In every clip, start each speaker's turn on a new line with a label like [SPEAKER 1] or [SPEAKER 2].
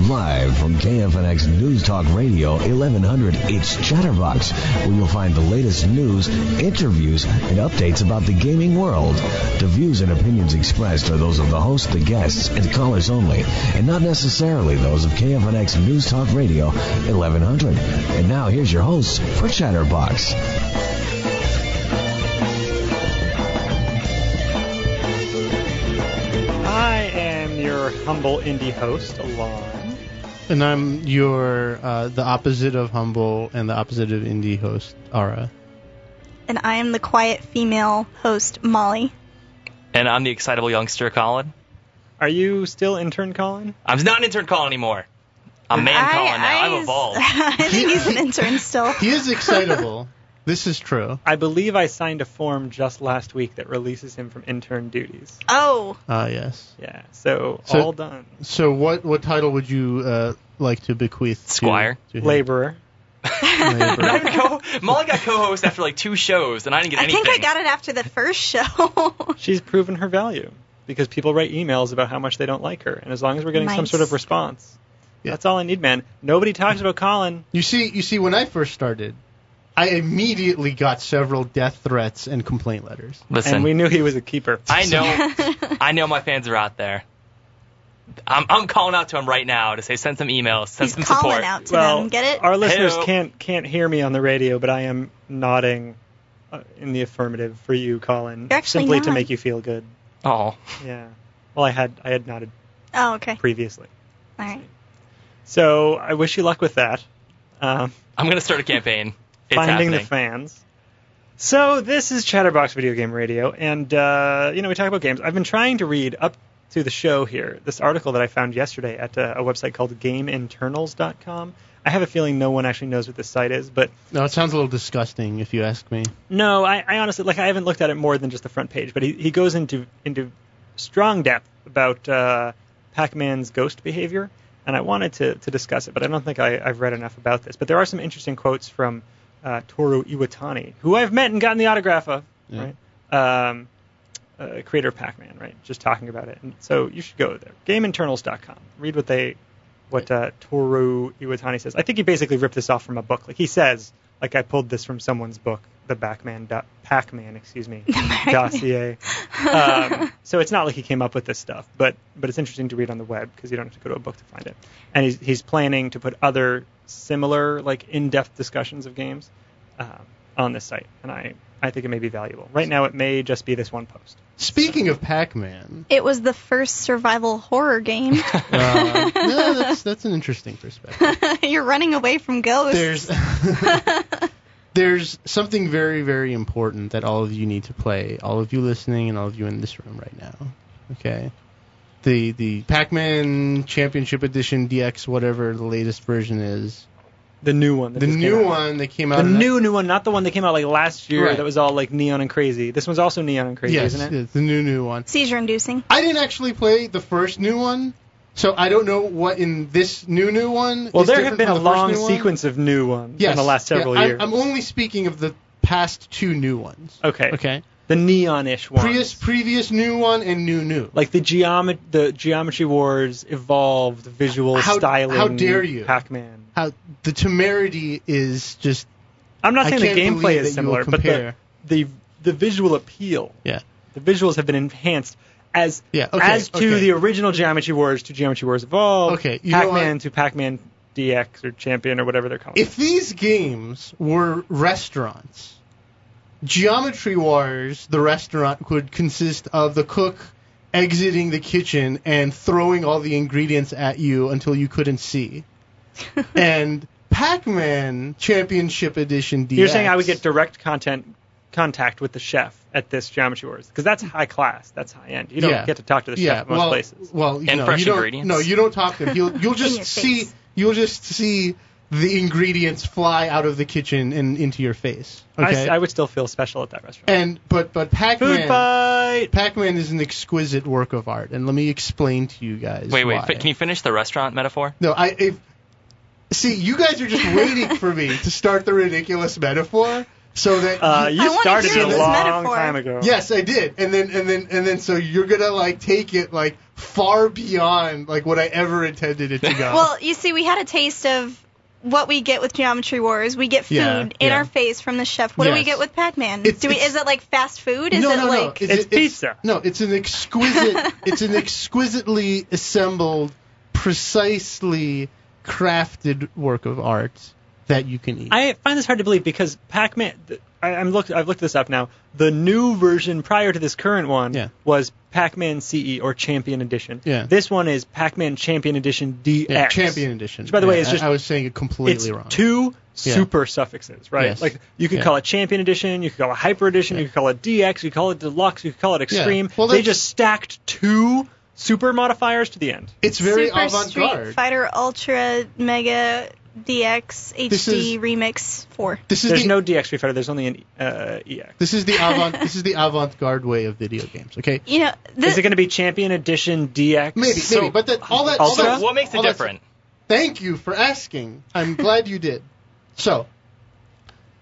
[SPEAKER 1] from KFNX News Talk Radio 1100. It's Chatterbox, where you'll find the latest news, interviews, and updates about the gaming world. The views and opinions expressed are those of the host, the guests, and callers only, and not necessarily those of KFNX News Talk Radio 1100. And now here's your host for Chatterbox.
[SPEAKER 2] I am your humble indie host, Alon.
[SPEAKER 3] And I'm your uh, the opposite of humble and the opposite of indie host Ara.
[SPEAKER 4] And I am the quiet female host, Molly.
[SPEAKER 5] And I'm the excitable youngster, Colin.
[SPEAKER 2] Are you still intern Colin?
[SPEAKER 5] I'm not an intern Colin anymore. I'm man
[SPEAKER 4] I,
[SPEAKER 5] Colin now.
[SPEAKER 4] I,
[SPEAKER 5] I've evolved.
[SPEAKER 4] I think he's an intern still.
[SPEAKER 3] He is excitable. this is true.
[SPEAKER 2] I believe I signed a form just last week that releases him from intern duties.
[SPEAKER 4] Oh,
[SPEAKER 3] Ah, yes.
[SPEAKER 2] Yeah, so,
[SPEAKER 3] So-
[SPEAKER 2] all done.
[SPEAKER 3] So what what title would you uh, like to bequeath? to-
[SPEAKER 5] Squire.
[SPEAKER 3] To, him?
[SPEAKER 2] Laborer.
[SPEAKER 3] Labor.
[SPEAKER 5] Not even co- Molly got co-host after like two shows, and I didn't get
[SPEAKER 4] I
[SPEAKER 5] anything.
[SPEAKER 4] think I got it after the first show.
[SPEAKER 2] She's proven her value because people write emails about how much they don't like her, and as long as we're getting some
[SPEAKER 4] Nice.
[SPEAKER 2] sort of response,
[SPEAKER 3] Yeah.
[SPEAKER 2] that's all I need, man. Nobody talks about Colin.
[SPEAKER 3] You see, you see, when I first started, I immediately got several death threats and complaint letters.
[SPEAKER 5] Listen,
[SPEAKER 2] And we knew he was a keeper.
[SPEAKER 5] I know, I know my fans are out there. I'm, I'm calling out to them right now to say send some emails, send
[SPEAKER 4] he's
[SPEAKER 5] some
[SPEAKER 4] calling
[SPEAKER 5] support.
[SPEAKER 4] out to
[SPEAKER 2] well,
[SPEAKER 4] them. Get it?
[SPEAKER 2] Our listeners
[SPEAKER 5] Heyo.
[SPEAKER 2] can't can't hear me on the radio, but I am nodding uh, in the affirmative for you, Colin.
[SPEAKER 4] You're actually
[SPEAKER 2] simply to
[SPEAKER 4] not.
[SPEAKER 2] make you feel good.
[SPEAKER 5] Oh,
[SPEAKER 2] Yeah. Well, I had I had nodded
[SPEAKER 4] oh, okay.
[SPEAKER 2] previously.
[SPEAKER 4] All right.
[SPEAKER 2] So I wish you luck with that. Um,
[SPEAKER 5] I'm gonna start a campaign. It's
[SPEAKER 2] finding
[SPEAKER 5] happening.
[SPEAKER 2] the fans. So this is Chatterbox Video Game Radio, and uh, you know we talk about games. I've been trying to read up to the show here this article that I found yesterday at uh, a website called GameInternals.com. I have a feeling no one actually knows what this site is, but
[SPEAKER 3] Now it sounds a little disgusting, if you ask me.
[SPEAKER 2] No, I, I honestly like I haven't looked at it more than just the front page, but he, he goes into into strong depth about uh, Pac-Man's ghost behavior, and I wanted to, to discuss it, but I don't think I, I've read enough about this. But there are some interesting quotes from uh, Toru Iwatani, who I've met and gotten the autograph of,
[SPEAKER 3] Yeah.
[SPEAKER 2] right? Um, uh, creator of Pac-Man, right? Just talking about it, and so you should go there. GameInternals.com. Read what they what uh, Toru Iwatani says. I think he basically ripped this off from a book. Like he says, like I pulled this from someone's book, the Pac-Man, do- Pac-Man, excuse me, dossier. Um, so it's not like he came up with this stuff, but but it's interesting to read on the web because you don't have to go to a book to find it. And he's he's planning to put other similar like in-depth discussions of games um, on this site, and I I think it may be valuable. Right now, it may just be this one post.
[SPEAKER 3] Speaking of Pac-Man,
[SPEAKER 4] It was the first survival horror game.
[SPEAKER 3] uh, no, that's that's an interesting perspective.
[SPEAKER 4] You're running away from ghosts.
[SPEAKER 3] there's there's something very very important that all of you need to play all of you listening and all of you in this room right now okay the the pac-man championship edition dx whatever the latest version is
[SPEAKER 2] The new one. that
[SPEAKER 3] the
[SPEAKER 2] just came
[SPEAKER 3] new
[SPEAKER 2] out.
[SPEAKER 3] one that came out
[SPEAKER 2] The
[SPEAKER 3] in-
[SPEAKER 2] new new one, not the one that came out like last year
[SPEAKER 3] Right.
[SPEAKER 2] that was all like neon and crazy. This one's also neon and crazy,
[SPEAKER 3] yes,
[SPEAKER 2] isn't it?
[SPEAKER 3] yes the new new one
[SPEAKER 4] Seizure inducing.
[SPEAKER 3] i didn't actually play the first new one so i don't know what in this new new one
[SPEAKER 2] Well,
[SPEAKER 3] is
[SPEAKER 2] there have
[SPEAKER 3] different
[SPEAKER 2] been a
[SPEAKER 3] from the first
[SPEAKER 2] long
[SPEAKER 3] new one.
[SPEAKER 2] sequence of new ones
[SPEAKER 3] yes,
[SPEAKER 2] in the last
[SPEAKER 3] yeah,
[SPEAKER 2] several
[SPEAKER 3] I'm-
[SPEAKER 2] years.
[SPEAKER 3] I'm, only speaking of the past two new ones
[SPEAKER 2] okay.
[SPEAKER 3] okay
[SPEAKER 2] The neon-ish ones.
[SPEAKER 3] previous previous new one and new new
[SPEAKER 2] like the geomet- the Geometry Wars evolved visual
[SPEAKER 3] How-
[SPEAKER 2] styling.
[SPEAKER 3] how dare you.
[SPEAKER 2] Pac-Man.
[SPEAKER 3] how the temerity is just
[SPEAKER 2] I'm not
[SPEAKER 3] I
[SPEAKER 2] saying the
[SPEAKER 3] can't
[SPEAKER 2] gameplay
[SPEAKER 3] believe that
[SPEAKER 2] is
[SPEAKER 3] you
[SPEAKER 2] similar,
[SPEAKER 3] will
[SPEAKER 2] but the,
[SPEAKER 3] compare.
[SPEAKER 2] the the visual appeal,
[SPEAKER 3] yeah
[SPEAKER 2] the visuals have been enhanced as
[SPEAKER 3] Yeah, okay,
[SPEAKER 2] as to
[SPEAKER 3] okay.
[SPEAKER 2] the original Geometry Wars to Geometry Wars Evolved,
[SPEAKER 3] Okay, you know
[SPEAKER 2] Pac-Man
[SPEAKER 3] what?
[SPEAKER 2] to Pac-Man DX or Champion or whatever they're calling. it.
[SPEAKER 3] if these games were restaurants geometry wars the restaurant would consist of the cook exiting the kitchen and throwing all the ingredients at you until you couldn't see and pac-man championship edition DX,
[SPEAKER 2] You're saying I would get direct content contact with the chef at this Geometry Wars because that's high class, that's high end. You don't
[SPEAKER 3] Yeah.
[SPEAKER 2] get to talk to the chef
[SPEAKER 3] yeah
[SPEAKER 2] at most
[SPEAKER 3] well,
[SPEAKER 2] places.
[SPEAKER 3] well you
[SPEAKER 5] And
[SPEAKER 3] know,
[SPEAKER 5] fresh
[SPEAKER 3] you don't,
[SPEAKER 5] ingredients.
[SPEAKER 3] no you don't talk to them you'll, you'll
[SPEAKER 4] your
[SPEAKER 3] just see
[SPEAKER 4] face.
[SPEAKER 3] you'll just see the ingredients fly out of the kitchen and into your face
[SPEAKER 2] I s-
[SPEAKER 3] okay
[SPEAKER 2] I, would still feel special at that restaurant.
[SPEAKER 3] And but but
[SPEAKER 2] Food
[SPEAKER 3] Pac-Man,
[SPEAKER 2] fight.
[SPEAKER 3] Pac-Man is an exquisite work of art, and let me explain to you guys.
[SPEAKER 5] Wait, wait.
[SPEAKER 3] why.
[SPEAKER 5] fi- Can you finish the restaurant metaphor?
[SPEAKER 3] No, I. If, see, you guys are just waiting for me to start the ridiculous metaphor, so that.
[SPEAKER 2] Uh, you
[SPEAKER 4] I wanna
[SPEAKER 2] started
[SPEAKER 4] hear
[SPEAKER 2] a
[SPEAKER 4] this
[SPEAKER 2] long
[SPEAKER 4] metaphor.
[SPEAKER 2] time ago.
[SPEAKER 3] yes, I did, and then and then and then so you're gonna like take it like far beyond like what I ever intended it to
[SPEAKER 5] Oh.
[SPEAKER 3] go.
[SPEAKER 4] Well, you see, we had a taste of what we get with Geometry Wars. We get food
[SPEAKER 3] Yeah,
[SPEAKER 4] in
[SPEAKER 3] yeah.
[SPEAKER 4] our face from the chef. What do we
[SPEAKER 3] Yes.
[SPEAKER 4] get with Pac-Man?
[SPEAKER 3] It's-
[SPEAKER 4] do we?
[SPEAKER 3] it's-
[SPEAKER 4] Is it like fast food? Is
[SPEAKER 3] no,
[SPEAKER 4] it
[SPEAKER 3] no, no.
[SPEAKER 4] like?
[SPEAKER 2] It's pizza.
[SPEAKER 3] no, it's an exquisite. it's an exquisitely assembled, precisely crafted work of art that you can eat.
[SPEAKER 2] I find this hard to believe because Pac-Man. th- I, I'm look. I've looked this up now. The new version prior to this current one
[SPEAKER 3] Yeah.
[SPEAKER 2] was Pac-Man CE or Champion Edition.
[SPEAKER 3] Yeah.
[SPEAKER 2] This one is Pac-Man Champion Edition DX.
[SPEAKER 3] yeah, Champion Edition.
[SPEAKER 2] Which, by the way,
[SPEAKER 3] Yeah,
[SPEAKER 2] is
[SPEAKER 3] I-
[SPEAKER 2] just
[SPEAKER 3] I, was saying it completely
[SPEAKER 2] it's
[SPEAKER 3] wrong.
[SPEAKER 2] two super suffixes, right?
[SPEAKER 3] Yes.
[SPEAKER 2] Like you could
[SPEAKER 3] Yeah.
[SPEAKER 2] call it Champion Edition, you could call it Hyper Edition, you could call it DX, you could call it Deluxe, you could call it Extreme.
[SPEAKER 3] Well,
[SPEAKER 2] they
[SPEAKER 3] that's-
[SPEAKER 2] just stacked two super modifiers to the end.
[SPEAKER 3] it's very
[SPEAKER 4] Super
[SPEAKER 3] avant-garde.
[SPEAKER 4] Street Fighter Ultra Mega DX HD
[SPEAKER 3] This is-
[SPEAKER 4] Remix 4.
[SPEAKER 3] This is
[SPEAKER 2] There's
[SPEAKER 3] the
[SPEAKER 2] no DX Street Fighter. There's only an uh, EX.
[SPEAKER 3] this is the avant this is the avant-garde way of video games. Okay,
[SPEAKER 4] You know,
[SPEAKER 2] is it
[SPEAKER 4] the,
[SPEAKER 2] going to be Champion Edition DX?
[SPEAKER 3] maybe
[SPEAKER 5] So-
[SPEAKER 3] maybe, but that all that all
[SPEAKER 2] Also-
[SPEAKER 3] that-
[SPEAKER 5] What makes it
[SPEAKER 3] all that-
[SPEAKER 5] different?
[SPEAKER 3] Thank you for asking. I'm glad you did. So,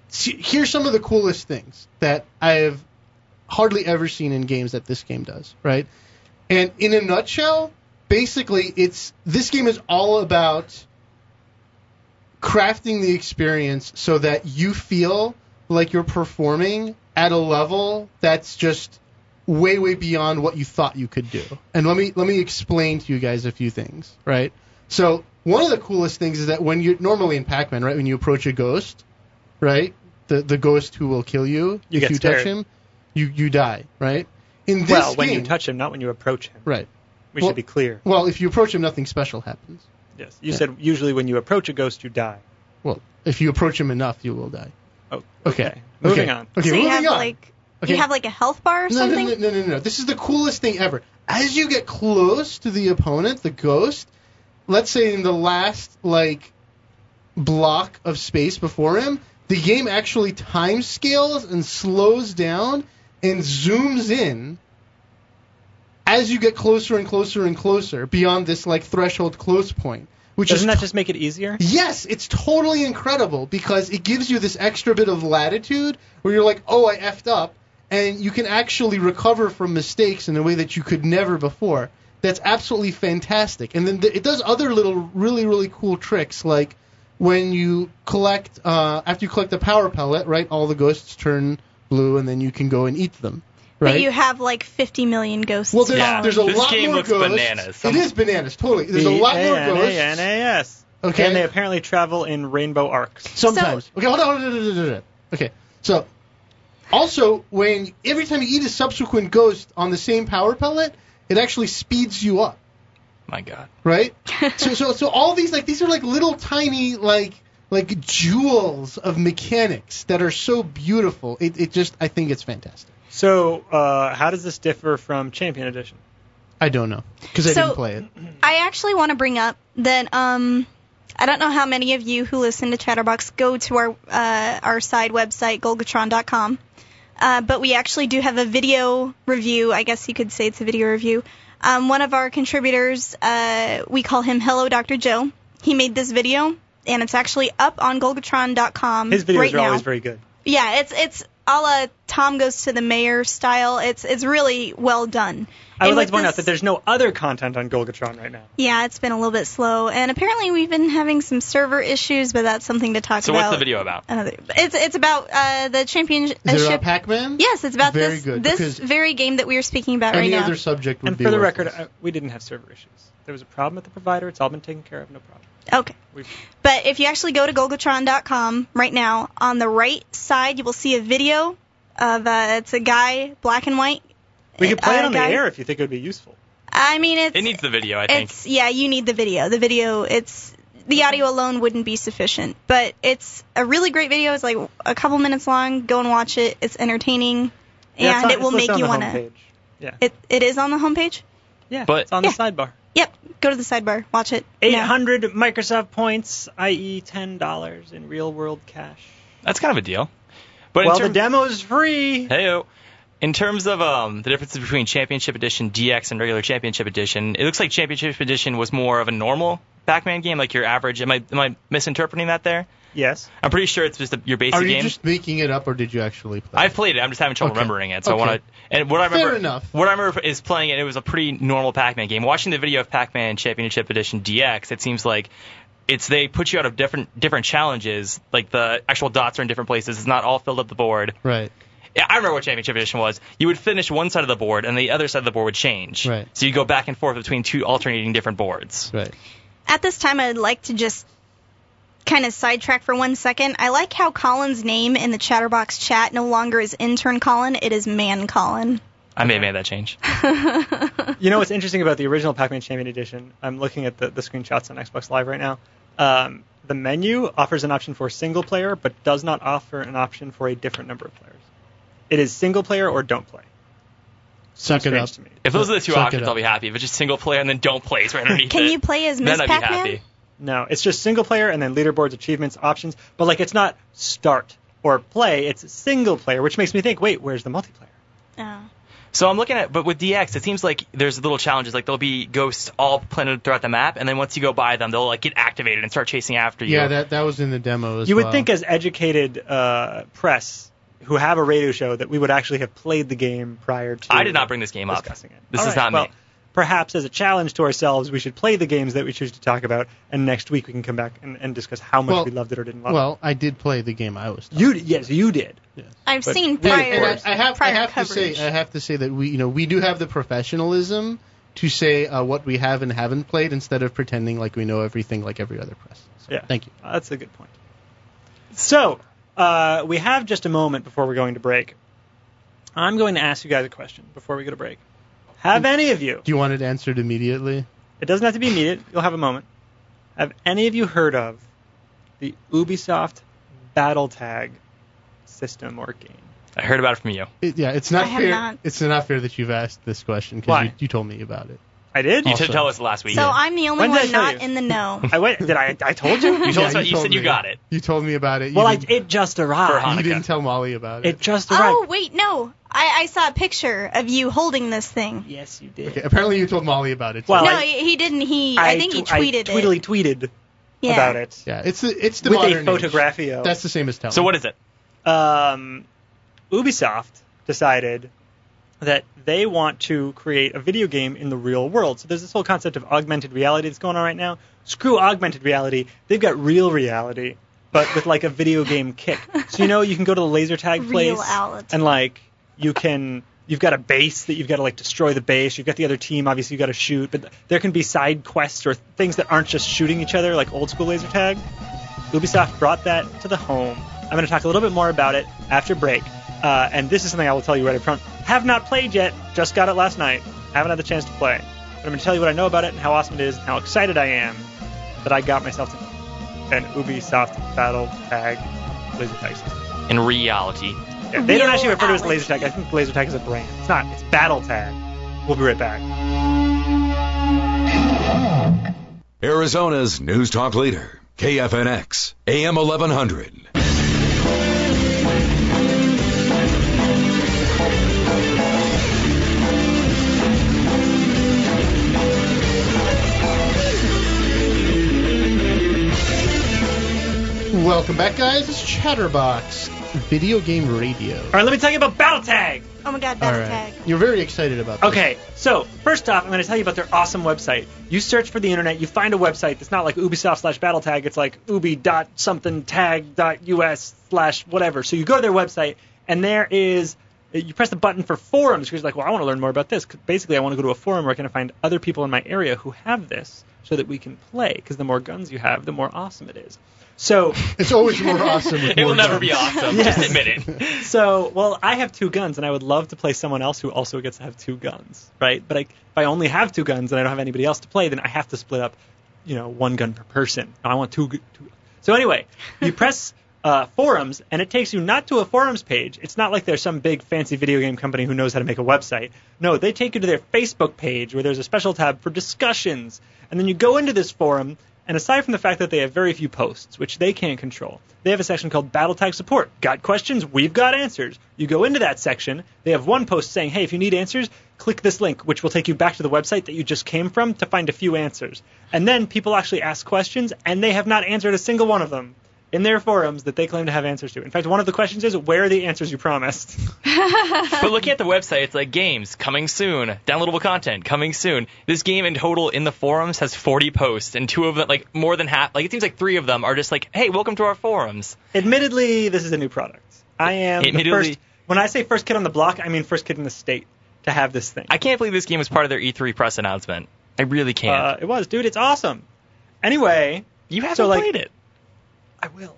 [SPEAKER 3] see- here's some of the coolest things that I have hardly ever seen in games that this game does, right? And in a nutshell, basically, it's this game is all about crafting the experience so that you feel like you're performing at a level that's just way way beyond what you thought you could do. And let me let me explain to you guys a few things, right? So one of the coolest things is that when you normally in Pac-Man, right, when you approach a ghost, right, the the ghost who will kill you,
[SPEAKER 2] You
[SPEAKER 3] if
[SPEAKER 2] get
[SPEAKER 3] you
[SPEAKER 2] scared.
[SPEAKER 3] touch him, you you die, right? In this
[SPEAKER 2] well, when you
[SPEAKER 3] game-
[SPEAKER 2] touch him, not when you approach him.
[SPEAKER 3] right.
[SPEAKER 2] We
[SPEAKER 3] Well-
[SPEAKER 2] should be clear.
[SPEAKER 3] Well, if you approach him, nothing special happens.
[SPEAKER 2] Yes, you said usually when you approach a ghost, you die.
[SPEAKER 3] Well, if you approach him enough, you will die.
[SPEAKER 2] Oh, okay.
[SPEAKER 3] Okay.
[SPEAKER 2] Moving
[SPEAKER 3] Okay.
[SPEAKER 2] on.
[SPEAKER 3] Okay,
[SPEAKER 4] so you
[SPEAKER 3] moving
[SPEAKER 4] have
[SPEAKER 3] on.
[SPEAKER 4] like
[SPEAKER 3] Okay.
[SPEAKER 4] you have like a health bar or
[SPEAKER 3] no, no,
[SPEAKER 4] something?
[SPEAKER 3] no, no, no, no. This is the coolest thing ever. As you get close to the opponent, the ghost, let's say in the last like block of space before him, the game actually time scales and slows down and zooms in as you get closer and closer and closer beyond this like threshold close point, which is
[SPEAKER 2] Doesn't that just make it easier?
[SPEAKER 3] Yes, it's totally incredible because it gives you this extra bit of latitude where you're like, oh, I effed up, and you can actually recover from mistakes in a way that you could never before. That's absolutely fantastic. And then th- it does other little really, really cool tricks like when you collect, uh, after you collect the power pellet, right, all the ghosts turn blue and then you can go and eat them. Right?
[SPEAKER 4] But you have like 50 million ghosts.
[SPEAKER 3] well, there's,
[SPEAKER 5] Yeah.
[SPEAKER 3] there's a
[SPEAKER 5] This
[SPEAKER 3] lot
[SPEAKER 5] game
[SPEAKER 3] more
[SPEAKER 5] looks
[SPEAKER 3] ghosts.
[SPEAKER 5] bananas.
[SPEAKER 3] It is bananas, totally. There's a lot more ghosts.
[SPEAKER 2] B-A-N-A-S.
[SPEAKER 3] Okay.
[SPEAKER 2] And they apparently travel in rainbow arcs.
[SPEAKER 3] Sometimes.
[SPEAKER 4] So-
[SPEAKER 3] okay, hold on, hold on, hold on, hold on. Okay, so also when every time you eat a subsequent ghost on the same power pellet, it actually speeds you up,
[SPEAKER 5] My God.
[SPEAKER 3] right? so so so all these like these are like little tiny like like jewels of mechanics that are so beautiful. It it just I think it's fantastic.
[SPEAKER 2] So, uh, how does this differ from Champion Edition?
[SPEAKER 3] I don't know because I
[SPEAKER 4] So-
[SPEAKER 3] didn't play it.
[SPEAKER 4] I actually want to bring up that um, I don't know how many of you who listen to Chatterbox go to our uh, our side website golgatron.com, uh, but we actually do have a video review. I guess you could say it's a video review. Um, one of our contributors, uh, we call him Hello Dr. Joe. He made this video, and it's actually up on golgatron.com
[SPEAKER 2] His videos
[SPEAKER 4] Mm, right
[SPEAKER 2] are
[SPEAKER 4] now.
[SPEAKER 2] always very good.
[SPEAKER 4] yeah, it's it's a la Tom goes to the mayor style. It's it's really well done.
[SPEAKER 2] I would
[SPEAKER 4] And
[SPEAKER 2] like
[SPEAKER 4] with
[SPEAKER 2] to point out that
[SPEAKER 4] this-
[SPEAKER 2] there's no other content on Golgatron right now.
[SPEAKER 4] yeah, it's been a little bit slow, and apparently we've been having some server issues, but that's something to talk
[SPEAKER 5] So
[SPEAKER 4] about.
[SPEAKER 5] what's the video about?
[SPEAKER 4] Another. It's it's about uh, the championship.
[SPEAKER 3] Is it about Pac-Man?
[SPEAKER 4] yes, it's about
[SPEAKER 3] Very
[SPEAKER 4] this
[SPEAKER 3] good,
[SPEAKER 4] this
[SPEAKER 3] because-
[SPEAKER 4] very game that we are speaking about right
[SPEAKER 3] Any
[SPEAKER 4] now.
[SPEAKER 3] other subject would
[SPEAKER 2] And
[SPEAKER 3] be.
[SPEAKER 2] for the
[SPEAKER 3] worthless.
[SPEAKER 2] record, uh we didn't have server issues. There was a problem at the provider. It's all been taken care of. No problem.
[SPEAKER 4] Okay.
[SPEAKER 2] We've-
[SPEAKER 4] But if you actually go to Golgatron.com right now, on the right side you will see a video of uh, it's a guy, black and white.
[SPEAKER 2] We could play
[SPEAKER 4] uh,
[SPEAKER 2] it on the
[SPEAKER 4] guy-
[SPEAKER 2] air if you think it would be useful.
[SPEAKER 4] I mean, it's
[SPEAKER 5] It needs the video, I think.
[SPEAKER 4] it's yeah you need the video the video it's the audio alone wouldn't be sufficient but it's a really great video it's like a couple minutes long go and watch it it's entertaining
[SPEAKER 2] Yeah, it's
[SPEAKER 4] and
[SPEAKER 2] on-
[SPEAKER 4] it will
[SPEAKER 2] it's
[SPEAKER 4] make
[SPEAKER 2] listed on
[SPEAKER 4] you
[SPEAKER 2] the
[SPEAKER 4] want to
[SPEAKER 2] homepage. Yeah.
[SPEAKER 4] it, it is on the homepage
[SPEAKER 2] yeah.
[SPEAKER 5] But-
[SPEAKER 2] it's on the
[SPEAKER 4] Yeah.
[SPEAKER 2] sidebar.
[SPEAKER 4] yep go to the sidebar watch it
[SPEAKER 2] Eight
[SPEAKER 4] Yeah.
[SPEAKER 2] hundred Microsoft points, i.e., ten dollars in real world cash.
[SPEAKER 5] That's kind of a deal. But
[SPEAKER 2] well,
[SPEAKER 5] in terms,
[SPEAKER 2] the demo's free.
[SPEAKER 5] Heyo. In terms of um, the differences between Championship Edition DX and regular Championship Edition, it looks like Championship Edition was more of a normal Pac-Man game, like your average. Am I am I misinterpreting that there?
[SPEAKER 2] Yes.
[SPEAKER 5] I'm pretty sure it's just the, your basic
[SPEAKER 3] Are you
[SPEAKER 5] game.
[SPEAKER 3] just making it up, or did you actually play?
[SPEAKER 5] I've played it. I'm just having trouble
[SPEAKER 3] Okay.
[SPEAKER 5] remembering it. So
[SPEAKER 3] Okay.
[SPEAKER 5] I want to. And what I remember,
[SPEAKER 3] Fair enough.
[SPEAKER 5] what I remember is playing it. It was a pretty normal Pac-Man game. Watching the video of Pac-Man Championship Edition DX, it seems like it's they put you out of different different challenges. Like the actual dots are in different places. It's not all filled up the board.
[SPEAKER 3] Right.
[SPEAKER 5] Yeah, I remember what Championship Edition was. You would finish one side of the board, and the other side of the board would change.
[SPEAKER 3] Right.
[SPEAKER 5] So you go back and forth between two alternating different boards.
[SPEAKER 3] Right.
[SPEAKER 4] At this time, I'd like to just kind of sidetrack for one second. I like how Colin's name in the Chatterbox chat no longer is intern Colin; it is man Colin.
[SPEAKER 5] I may have made that change.
[SPEAKER 2] You know what's interesting about the original Pac-Man Champion Edition? I'm looking at the, the screenshots on Xbox Live right now. Um, the menu offers an option for single player, but does not offer an option for a different number of players. It is single player or don't play.
[SPEAKER 3] Suck it
[SPEAKER 2] Strange
[SPEAKER 3] up.
[SPEAKER 2] to me.
[SPEAKER 5] If those are the two
[SPEAKER 3] Suck it
[SPEAKER 5] options,
[SPEAKER 3] up.
[SPEAKER 5] I'll be happy. If it's just single player and then don't play, it's right underneath
[SPEAKER 4] Can
[SPEAKER 5] it,
[SPEAKER 4] you play as
[SPEAKER 5] then
[SPEAKER 4] Miss
[SPEAKER 5] I'd be
[SPEAKER 4] Pac-Man?
[SPEAKER 5] happy.
[SPEAKER 2] No, it's just single player and then leaderboards, achievements, options. But like, it's not start or play. It's single player, which makes me think, wait, where's the multiplayer?
[SPEAKER 4] Oh.
[SPEAKER 5] So I'm looking at, but with DX, it seems like there's little challenges. Like there'll be ghosts all planted throughout the map, and then once you go by them, they'll like get activated and start chasing after you.
[SPEAKER 3] Yeah, that that was in the demo as
[SPEAKER 2] You would
[SPEAKER 3] well.
[SPEAKER 2] think, as educated uh, press who have a radio show, that we would actually have played the game prior to.
[SPEAKER 5] I did not bring this game up.
[SPEAKER 2] discussing it.
[SPEAKER 5] This
[SPEAKER 2] All
[SPEAKER 5] is
[SPEAKER 2] right,
[SPEAKER 5] not
[SPEAKER 2] well,
[SPEAKER 5] me.
[SPEAKER 2] Perhaps as a challenge to ourselves, we should play the games that we choose to talk about, and next week we can come back and, and discuss how much
[SPEAKER 3] Well-
[SPEAKER 2] we loved it or didn't love
[SPEAKER 3] well, I did play the game I was.
[SPEAKER 2] it. You d- yes, you did.
[SPEAKER 4] I've
[SPEAKER 2] But-
[SPEAKER 4] seen
[SPEAKER 2] Dude,
[SPEAKER 3] And-
[SPEAKER 4] prior
[SPEAKER 3] and I, I have,
[SPEAKER 4] prior
[SPEAKER 3] I have to
[SPEAKER 4] coverage.
[SPEAKER 3] say, I have to say that we, you know, we do have the professionalism to say uh, what we have and haven't played instead of pretending like we know everything like every other press. So,
[SPEAKER 2] Yeah.
[SPEAKER 3] Thank you.
[SPEAKER 2] Uh, That's a good point. So, uh, we have just a moment before we're going to break. I'm going to ask you guys a question before we go to break. Have any of you,
[SPEAKER 3] Do you want it answered immediately?
[SPEAKER 2] it doesn't have to be immediate, you'll have a moment. Have any of you heard of the Ubisoft Battle Tag system or game?
[SPEAKER 5] I heard about it from you.
[SPEAKER 3] It, yeah, it's not
[SPEAKER 4] I have
[SPEAKER 3] fair.
[SPEAKER 4] not.
[SPEAKER 3] It's not fair that you've asked this question because
[SPEAKER 2] Why?
[SPEAKER 3] you, you told me about it.
[SPEAKER 2] I did?
[SPEAKER 5] You
[SPEAKER 3] Also-
[SPEAKER 5] did tell us last week.
[SPEAKER 4] so I'm the only
[SPEAKER 2] When did I
[SPEAKER 4] one
[SPEAKER 2] tell
[SPEAKER 4] not
[SPEAKER 2] you?
[SPEAKER 4] in the know.
[SPEAKER 2] I went, did I? I told you?
[SPEAKER 5] You told us.
[SPEAKER 3] Yeah,
[SPEAKER 5] about- You, said
[SPEAKER 3] told
[SPEAKER 5] you
[SPEAKER 3] me.
[SPEAKER 5] got it.
[SPEAKER 3] You told me about it. You
[SPEAKER 2] well, I,
[SPEAKER 3] didn't-
[SPEAKER 2] it just
[SPEAKER 5] For
[SPEAKER 2] arrived.
[SPEAKER 5] Hanukkah.
[SPEAKER 3] you didn't tell Molly about it.
[SPEAKER 2] It just arrived.
[SPEAKER 4] oh wait, no. I, I saw a picture of you holding this thing.
[SPEAKER 2] yes, you did.
[SPEAKER 3] Okay, apparently, you told Molly about it. too.
[SPEAKER 2] Well,
[SPEAKER 4] no,
[SPEAKER 2] I-
[SPEAKER 4] he he didn't. He I, think he
[SPEAKER 2] tw- I
[SPEAKER 4] tweeted
[SPEAKER 2] tweetily
[SPEAKER 4] it.
[SPEAKER 2] tweeted
[SPEAKER 4] Yeah.
[SPEAKER 2] about it
[SPEAKER 3] yeah, it's the it's the
[SPEAKER 2] with
[SPEAKER 3] modern
[SPEAKER 2] a
[SPEAKER 3] age.
[SPEAKER 2] photographio.
[SPEAKER 3] That's the same as telling.
[SPEAKER 5] So what is it?
[SPEAKER 2] um, Ubisoft decided that they want to create a video game in the real world. So there's this whole concept of augmented reality that's going on right now. Screw augmented reality. They've got real reality, but with like a video game kick. So you know you can go to the laser tag place
[SPEAKER 4] Reality.
[SPEAKER 2] and like you can you've got a base that you've got to like destroy the base. You've got the other team obviously you've got to shoot, but there can be side quests or things that aren't just shooting each other like old school laser tag. Ubisoft brought that to the home. I'm going to talk a little bit more about it after break. Uh, and this is something I will tell you right up front. Have not played yet. Just got it last night. Haven't had the chance to play. But I'm going to tell you what I know about it and how awesome it is and how excited I am that I got myself an Ubisoft Battle Tag Laser Tag system.
[SPEAKER 5] In reality.
[SPEAKER 2] Yeah, they don't
[SPEAKER 4] Real
[SPEAKER 2] actually refer to it as
[SPEAKER 4] Alex.
[SPEAKER 2] laser tag. I think laser tag is a brand. It's not. It's battle tag. We'll be right back.
[SPEAKER 6] Arizona's News Talk leader, KFNX, AM 1100.
[SPEAKER 3] Welcome back, guys. It's Chatterbox Video Game Radio.
[SPEAKER 2] All right, let me tell you about battle tag.
[SPEAKER 4] Oh my god, battle tag.
[SPEAKER 3] You're very excited about this.
[SPEAKER 2] Okay, so first off, I'm going to tell you about their awesome website. You search for the internet, you find a website that's not like Ubisoft slash battle tag. It's like ubi dot something tag dot us slash whatever. So you go to their website, and there is you press the button for forums because you're like, well, I want to learn more about this. 'Cause Basically, I want to go to a forum where I can find other people in my area who have this, so that we can play. Because the more guns you have, the more awesome it is. So
[SPEAKER 3] It's always more awesome. With
[SPEAKER 5] It will
[SPEAKER 3] more
[SPEAKER 5] never be
[SPEAKER 3] guns.
[SPEAKER 5] awesome. Just admit it.
[SPEAKER 2] So, well, I have two guns, and I would love to play someone else who also gets to have two guns, right? But I, if I only have two guns and I don't have anybody else to play, then I have to split up, you know, one gun per person. I want two. gu- two. So anyway, you press uh, forums, and it takes you not to a forums page. It's not like there's some big fancy video game company who knows how to make a website. No, they take you to their Facebook page where there's a special tab for discussions, and then you go into this forum. And aside from the fact that they have very few posts, which they can't control, they have a section called Battle Tag Support. Got questions? We've got answers. You go into that section, they have one post saying, hey, if you need answers, click this link, which will take you back to the website that you just came from to find a few answers. And then people actually ask questions, and they have not answered a single one of them in their forums that they claim to have answers to. In fact, one of the questions is, where are the answers you promised?
[SPEAKER 5] But looking at the website, it's like games coming soon, downloadable content coming soon. This game in total in the forums has 40 posts, and two of them, like more than half, like it seems like three of them are just like, hey, welcome to our forums.
[SPEAKER 2] Admittedly, this is a new product. I am the
[SPEAKER 5] Admittedly-
[SPEAKER 2] first. When I say first kid on the block, I mean first kid in the state to have this thing.
[SPEAKER 5] I can't believe this game was part of their E3 press announcement. I really can't.
[SPEAKER 2] Uh, it was, dude. It's awesome. Anyway,
[SPEAKER 5] you haven't
[SPEAKER 2] so, like-
[SPEAKER 5] played it.
[SPEAKER 2] I will.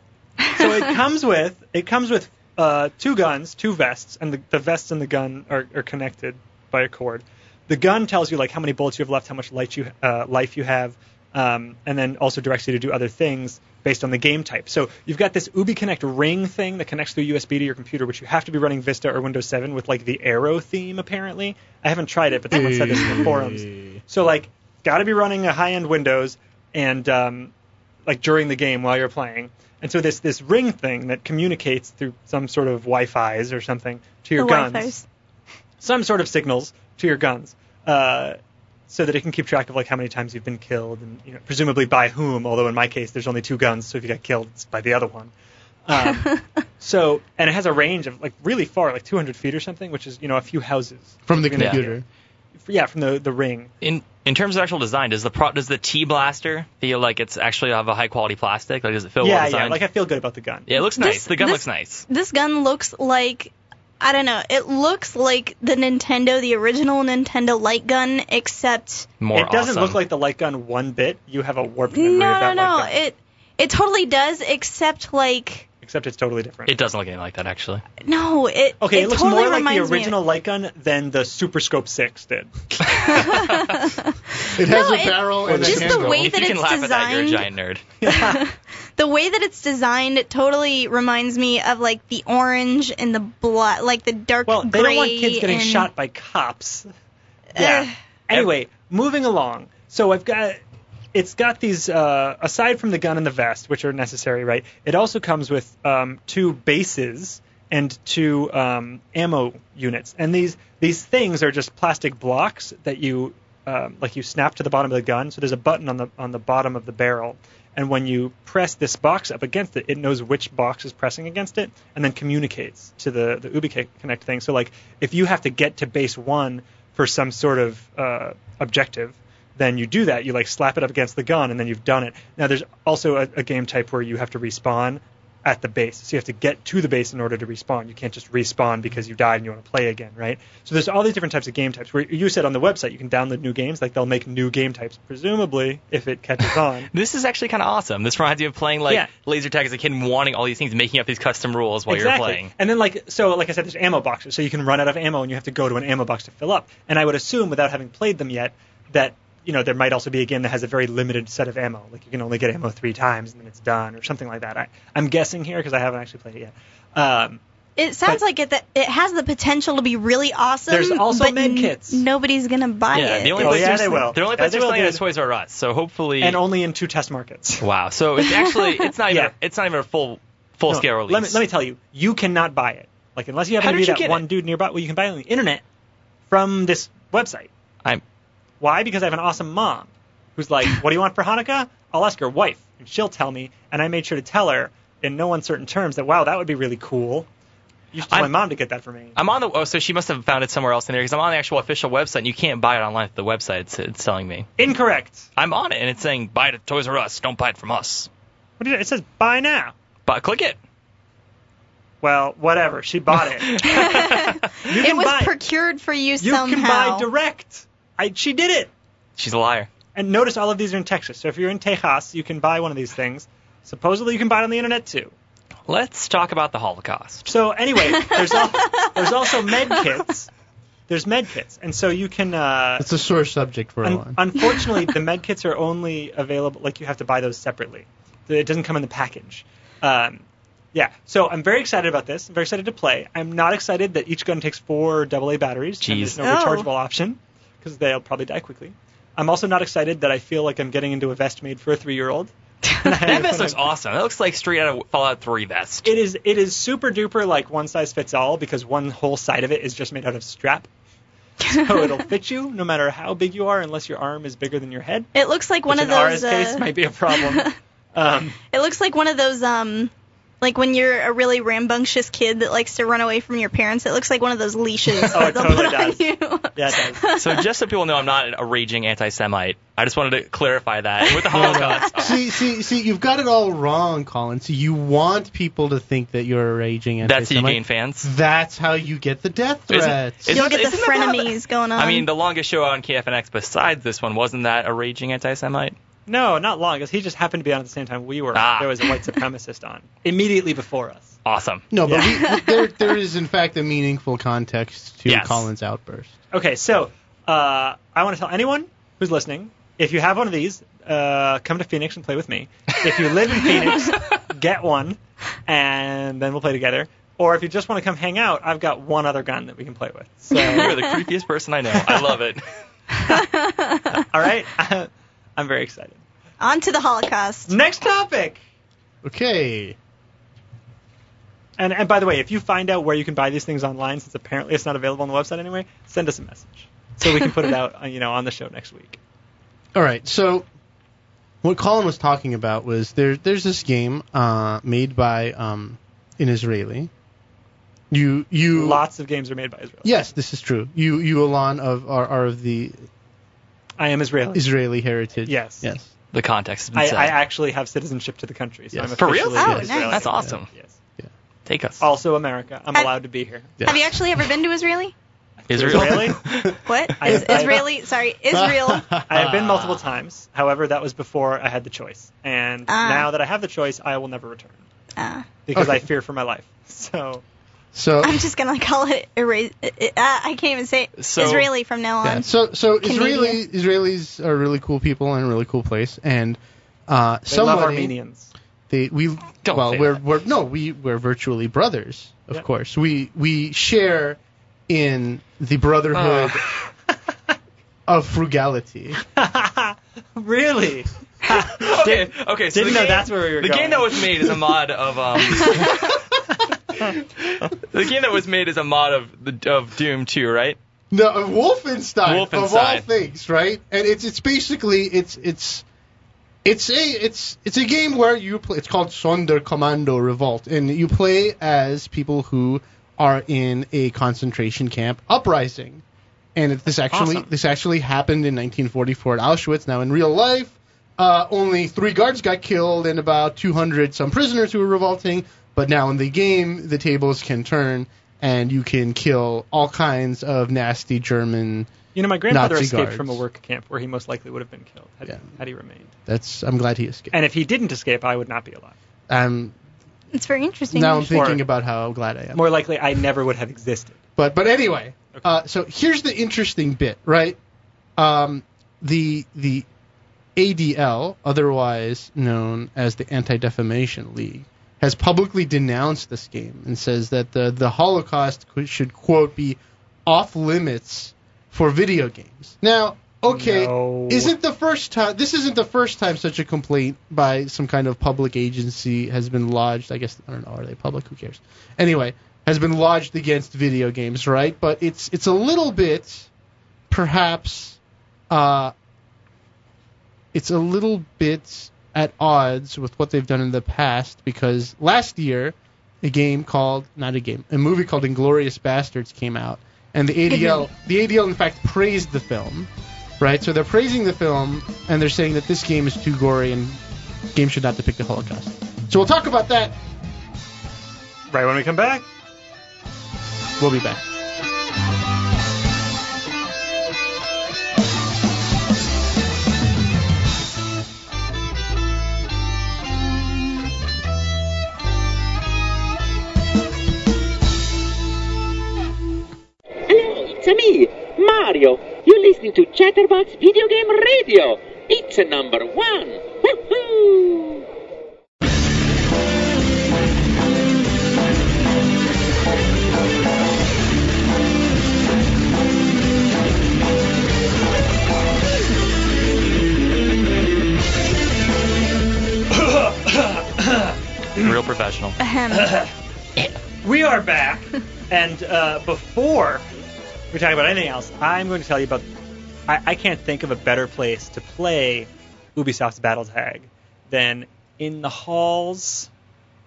[SPEAKER 2] So it comes with it comes with uh, two guns, two vests, and the, the vest and the gun are, are connected by a cord. The gun tells you like how many bullets you have left, how much light you uh, life you have, um, and then also directs you to do other things based on the game type. So you've got this Ubi Connect ring thing that connects through USB to your computer, which you have to be running Vista or Windows 7 with like the arrow theme apparently. I haven't tried it, but someone said this in the forums. So like, got to be running a high end Windows and um, like during the game while you're playing. And so this this ring thing that communicates through some sort of Wi-Fi's or something to your
[SPEAKER 4] The
[SPEAKER 2] guns,
[SPEAKER 4] Wi-Fi's.
[SPEAKER 2] some sort of signals to your guns, uh, so that it can keep track of like how many times you've been killed and you know presumably by whom. Although in my case, there's only two guns, so if you got killed, it's by the other one. Um, so and it has a range of like really far, like 200 feet or something, which is you know a few houses.
[SPEAKER 3] from the
[SPEAKER 2] Yeah.
[SPEAKER 3] computer.
[SPEAKER 2] Yeah, from the the ring.
[SPEAKER 5] In in terms of actual design, does the pro, does the T blaster feel like it's actually have a high quality plastic? Like does it feel well
[SPEAKER 2] yeah,
[SPEAKER 5] designed?
[SPEAKER 2] yeah. Like I feel good about the gun.
[SPEAKER 5] yeah, it looks nice.
[SPEAKER 4] This-
[SPEAKER 5] the gun
[SPEAKER 4] this-
[SPEAKER 5] looks nice.
[SPEAKER 4] This gun looks like I don't know. It looks like the Nintendo, the original Nintendo light gun, except
[SPEAKER 5] More
[SPEAKER 2] it doesn't
[SPEAKER 5] awesome.
[SPEAKER 2] look like the light gun one bit. You have a warped
[SPEAKER 4] no,
[SPEAKER 2] memory of
[SPEAKER 4] no,
[SPEAKER 2] that light
[SPEAKER 4] no.
[SPEAKER 2] gun.
[SPEAKER 4] It it totally does, except like
[SPEAKER 2] except it's totally different.
[SPEAKER 5] It doesn't look anything like that actually.
[SPEAKER 4] no. It
[SPEAKER 2] okay, it,
[SPEAKER 4] it,
[SPEAKER 2] looks
[SPEAKER 4] totally
[SPEAKER 2] more like the
[SPEAKER 4] reminds me of-
[SPEAKER 2] original light gun than the Super Scope Six did.
[SPEAKER 3] It has
[SPEAKER 4] No,
[SPEAKER 3] a
[SPEAKER 4] it-
[SPEAKER 3] barrel and
[SPEAKER 4] just
[SPEAKER 3] a
[SPEAKER 4] the
[SPEAKER 3] handle.
[SPEAKER 4] way
[SPEAKER 5] if
[SPEAKER 4] that
[SPEAKER 5] you can
[SPEAKER 4] it's
[SPEAKER 5] laugh at that, you're a
[SPEAKER 4] designed-
[SPEAKER 5] giant nerd.
[SPEAKER 4] the way that it's designed it totally reminds me of like the orange and the black like the dark
[SPEAKER 2] Well,
[SPEAKER 4] gray
[SPEAKER 2] they don't want kids getting
[SPEAKER 4] and- Eh.
[SPEAKER 2] shot by cops. Yeah.
[SPEAKER 4] Ugh.
[SPEAKER 2] anyway, moving along. So I've got it's got these uh, aside from the gun and the vest, which are necessary, right? It also comes with um, two bases and two um, ammo units, and these these things are just plastic blocks that you um, like you snap to the bottom of the gun. So there's a button on the on the bottom of the barrel. And when you press this box up against it, it knows which box is pressing against it, and then communicates to the the Ubi Connect thing. So like, if you have to get to base one, for some sort of uh, objective, then you do that. You like slap it up against the gun, and then you've done it. Now there's also a, a game type where you have to respawn at the base, so you have to get to the base in order to respawn. You can't just respawn because you died and you want to play again, right? So there's all these different types of game types. Where you said on the website you can download new games, like they'll make new game types, presumably if it catches on.
[SPEAKER 5] This is actually kind of awesome. This reminds me of playing like
[SPEAKER 2] Yeah.
[SPEAKER 5] laser tag as a kid and wanting all these things, making up these custom rules while
[SPEAKER 2] exactly.
[SPEAKER 5] you're playing.
[SPEAKER 2] And then like so like I said, there's ammo boxes, so you can run out of ammo and you have to go to an ammo box to fill up. And I would assume without having played them yet that you know there might also be a game that has a very limited set of ammo, like you can only get ammo three times and then it's done or something like that. I, I'm guessing here because I haven't actually played it yet. Um,
[SPEAKER 4] it sounds
[SPEAKER 2] but-
[SPEAKER 4] like it that it has the potential to be really awesome
[SPEAKER 2] There's also
[SPEAKER 4] but
[SPEAKER 2] med
[SPEAKER 4] n-
[SPEAKER 2] kits.
[SPEAKER 4] nobody's gonna buy
[SPEAKER 5] Yeah,
[SPEAKER 4] it
[SPEAKER 5] the only
[SPEAKER 2] Oh,
[SPEAKER 5] place
[SPEAKER 2] yeah,
[SPEAKER 5] there's-
[SPEAKER 2] they will.
[SPEAKER 5] The only
[SPEAKER 2] Yeah, they
[SPEAKER 5] place there's
[SPEAKER 2] will,
[SPEAKER 5] playing
[SPEAKER 2] dude.
[SPEAKER 5] is Toys R Us. So hopefully,
[SPEAKER 2] and only in two test markets.
[SPEAKER 5] wow. So it's actually it's not even
[SPEAKER 2] Yeah.
[SPEAKER 5] it's not even a full full
[SPEAKER 2] No,
[SPEAKER 5] scale release.
[SPEAKER 2] Let me, let me tell you, you cannot buy it. Like unless you happen
[SPEAKER 5] How
[SPEAKER 2] to
[SPEAKER 5] did
[SPEAKER 2] be
[SPEAKER 5] you
[SPEAKER 2] that
[SPEAKER 5] get
[SPEAKER 2] one
[SPEAKER 5] it?
[SPEAKER 2] dude nearby. Well, you can buy it on the internet from this website.
[SPEAKER 5] I'm
[SPEAKER 2] Why? Because I have an awesome mom who's like, What do you want for Hanukkah? I'll ask her wife, and she'll tell me. And I made sure to tell her in no uncertain terms that, wow, that would be really cool. You should tell
[SPEAKER 5] I'm-
[SPEAKER 2] my mom to get that for me.
[SPEAKER 5] I'm on the oh, so she must have found it somewhere else in there because I'm on the actual official website and you can't buy it online at the website. It's, it's telling me
[SPEAKER 2] Incorrect.
[SPEAKER 5] I'm on it and it's saying buy it at Toys R Us. Don't buy it from us.
[SPEAKER 2] What did it, it says buy now.
[SPEAKER 5] But click it.
[SPEAKER 2] Well, whatever. She bought it. you
[SPEAKER 4] it
[SPEAKER 2] can
[SPEAKER 4] was
[SPEAKER 2] buy.
[SPEAKER 4] procured for you,
[SPEAKER 2] you can
[SPEAKER 4] somehow
[SPEAKER 2] buy direct. I, she did it.
[SPEAKER 5] She's a liar.
[SPEAKER 2] And notice all of these are in Texas. So if you're in Texas, you can buy one of these things. Supposedly, you can buy it on the internet too.
[SPEAKER 5] Let's talk about the Holocaust.
[SPEAKER 2] So anyway, there's, al- there's also med kits. There's med kits, and so you can. Uh,
[SPEAKER 3] It's a sore subject for a
[SPEAKER 2] Un-
[SPEAKER 3] while.
[SPEAKER 2] unfortunately, the med kits are only available. Like you have to buy those separately. It doesn't come in the package. Um, yeah. So I'm very excited about this. I'm very excited to play. I'm not excited that each gun takes four AA batteries. And
[SPEAKER 5] Jeez.
[SPEAKER 2] there's no
[SPEAKER 4] Oh.
[SPEAKER 2] rechargeable option because they'll probably die quickly. I'm also not excited that I feel like I'm getting into a vest made for a three year old.
[SPEAKER 5] That vest looks awesome. That looks like straight out of Fallout 3 vest.
[SPEAKER 2] It is it is super duper like one size fits all because one whole side of it is just made out of strap. So it'll fit you no matter how big you are, unless your arm is bigger than your head.
[SPEAKER 4] It looks like one
[SPEAKER 2] which
[SPEAKER 4] of
[SPEAKER 2] in Ara's
[SPEAKER 4] those.
[SPEAKER 2] case
[SPEAKER 4] uh,
[SPEAKER 2] might be a problem. Um,
[SPEAKER 4] It looks like one of those um like when you're a really rambunctious kid that likes to run away from your parents, it looks like one of those leashes that they'll
[SPEAKER 2] Oh, totally
[SPEAKER 4] put on
[SPEAKER 2] does.
[SPEAKER 4] you.
[SPEAKER 2] yeah, it does.
[SPEAKER 5] So just so people know, I'm not a raging anti-Semite. I just wanted to clarify that with the Holocaust. uh,
[SPEAKER 3] see, see, see, you've got it all wrong, Colin. So you want people to think that you're a raging
[SPEAKER 5] That's how you
[SPEAKER 3] anti-Semite.
[SPEAKER 5] gain fans.
[SPEAKER 3] That's how you get the death
[SPEAKER 5] Isn't-
[SPEAKER 3] threats.
[SPEAKER 5] isn't-
[SPEAKER 4] You'll get the
[SPEAKER 5] that how the-
[SPEAKER 4] frenemies going on.
[SPEAKER 5] I mean, the longest show on KFNX besides this one wasn't that a raging anti-Semite?
[SPEAKER 2] No, not long, because he just happened to be on at the same time we were.
[SPEAKER 5] Ah.
[SPEAKER 2] There was a white supremacist on immediately before us.
[SPEAKER 5] Awesome.
[SPEAKER 3] no, but we, there, there is in fact a meaningful context to
[SPEAKER 5] Yes.
[SPEAKER 3] Colin's outburst.
[SPEAKER 2] Okay, so uh, I want to tell anyone who's listening if you have one of these, uh, come to Phoenix and play with me. If you live in Phoenix, get one, and then we'll play together. Or if you just want to come hang out, I've got one other gun that we can play with. So,
[SPEAKER 5] You're the creepiest person I know. I love it.
[SPEAKER 2] all right, I'm very excited.
[SPEAKER 4] on to the Holocaust.
[SPEAKER 2] Next topic.
[SPEAKER 3] Okay.
[SPEAKER 2] And, and by the way, if you find out where you can buy these things online, since apparently it's not available on the website anyway, send us a message so we can put it out, uh, you know, on the show next week.
[SPEAKER 3] All right. So what Colin was talking about was there. There's this game uh, made by um, an Israeli. You you
[SPEAKER 2] Lots of games are made by Israel.
[SPEAKER 3] Yes, this is true. You you Alon of are, are of the
[SPEAKER 2] I am Israeli.
[SPEAKER 3] Israeli heritage.
[SPEAKER 2] Yes.
[SPEAKER 3] Yes.
[SPEAKER 5] The context has been
[SPEAKER 2] I,
[SPEAKER 5] set.
[SPEAKER 2] I actually have citizenship to the country, so
[SPEAKER 3] Yes.
[SPEAKER 2] I'm
[SPEAKER 3] For
[SPEAKER 2] officially
[SPEAKER 5] real?
[SPEAKER 4] Oh,
[SPEAKER 2] Israeli.
[SPEAKER 4] nice.
[SPEAKER 5] That's awesome.
[SPEAKER 2] Yes.
[SPEAKER 5] Take us.
[SPEAKER 2] Also America. I'm
[SPEAKER 4] Have-
[SPEAKER 2] allowed to be here.
[SPEAKER 3] yes.
[SPEAKER 4] Have you actually ever been to Israeli?
[SPEAKER 5] Israel.
[SPEAKER 2] Israeli?
[SPEAKER 4] What?
[SPEAKER 2] I-
[SPEAKER 4] Is-
[SPEAKER 2] I-
[SPEAKER 4] Israeli? Sorry, Israel.
[SPEAKER 2] I have been multiple times. However, that was before I had the choice, and
[SPEAKER 4] Ah.
[SPEAKER 2] now that I have the choice, I will never return
[SPEAKER 4] Uh,
[SPEAKER 2] because
[SPEAKER 3] Okay.
[SPEAKER 2] I fear for my life. So
[SPEAKER 3] So
[SPEAKER 4] I'm just gonna call it erase. Uh, uh, I can't even say it.
[SPEAKER 5] So-
[SPEAKER 4] Israeli from now on.
[SPEAKER 3] yeah, so so Israeli
[SPEAKER 4] Canadian.
[SPEAKER 3] Israelis are really cool people and a really cool place and uh
[SPEAKER 2] they
[SPEAKER 3] somebody
[SPEAKER 2] love Armenians.
[SPEAKER 3] they we
[SPEAKER 5] Don't
[SPEAKER 3] well
[SPEAKER 5] say
[SPEAKER 3] we're
[SPEAKER 5] that.
[SPEAKER 3] we're no we we're virtually brothers of
[SPEAKER 2] Yep.
[SPEAKER 3] course we we share in the
[SPEAKER 5] Uh,
[SPEAKER 3] brotherhood
[SPEAKER 5] Ah.
[SPEAKER 3] of frugality
[SPEAKER 2] really?
[SPEAKER 5] okay. Okay.
[SPEAKER 2] Didn't
[SPEAKER 5] So the
[SPEAKER 2] know
[SPEAKER 5] game-
[SPEAKER 2] that's where we were
[SPEAKER 5] the
[SPEAKER 2] going.
[SPEAKER 5] game that was made is a mod of um. the game that was made is a mod of the of Doom 2, right?
[SPEAKER 3] No, uh, Wolfenstein, of all
[SPEAKER 5] Wolfenstein.
[SPEAKER 3] things, right? And it's it's basically it's it's it's a it's it's a game where you play. It's called Sonderkommando Revolt, and you play as people who are in a concentration camp uprising. And it, this actually
[SPEAKER 2] Awesome.
[SPEAKER 3] this actually happened in 1944 at Auschwitz. Now in real life, uh, only three guards got killed and about 200 some prisoners who were revolting. But now in the game, the tables can turn and you can kill all kinds of nasty German.
[SPEAKER 2] You know, my grandfather
[SPEAKER 3] Nazi
[SPEAKER 2] escaped
[SPEAKER 3] guards.
[SPEAKER 2] from a work camp where he most likely would have been killed had,
[SPEAKER 3] Yeah.
[SPEAKER 2] he, had he remained.
[SPEAKER 3] That's I'm glad he escaped.
[SPEAKER 2] And if he didn't escape, I would not be alive.
[SPEAKER 3] Um,
[SPEAKER 4] It's very interesting.
[SPEAKER 3] now I'm thinking
[SPEAKER 2] Or-
[SPEAKER 3] about how glad I am.
[SPEAKER 2] More likely, I never would have existed.
[SPEAKER 3] But but anyway, uh, so here's the interesting bit, right? Um, the the ADL, otherwise known as the Anti Defamation League, has publicly denounced this game and says that the the Holocaust qu- should quote be off limits for video games. Now, okay,
[SPEAKER 2] No.
[SPEAKER 3] isn't the first time this isn't the first time such a complaint by some kind of public agency has been lodged. I guess I don't know, are they public? Who cares? Anyway, has been lodged against video games, right? But it's it's a little bit perhaps uh, it's a little bit at odds with what they've done in the past because last year a game called not a game a movie called Inglorious Bastards came out and the ADL the ADL in fact praised the film right so they're praising the film and they're saying that this game is too gory and game should not depict the Holocaust so we'll talk about that
[SPEAKER 2] Right when we come back.
[SPEAKER 3] we'll be back
[SPEAKER 7] Hello, it's me, Mario. You're listening to Chatterbox Video Game Radio. It's a number one. Woohoo!
[SPEAKER 4] Ahem.
[SPEAKER 2] We are back, and uh, before we talk about anything else, I'm going to tell you about. I, I can't think of a better place to play Ubisoft's Battle Tag than in the halls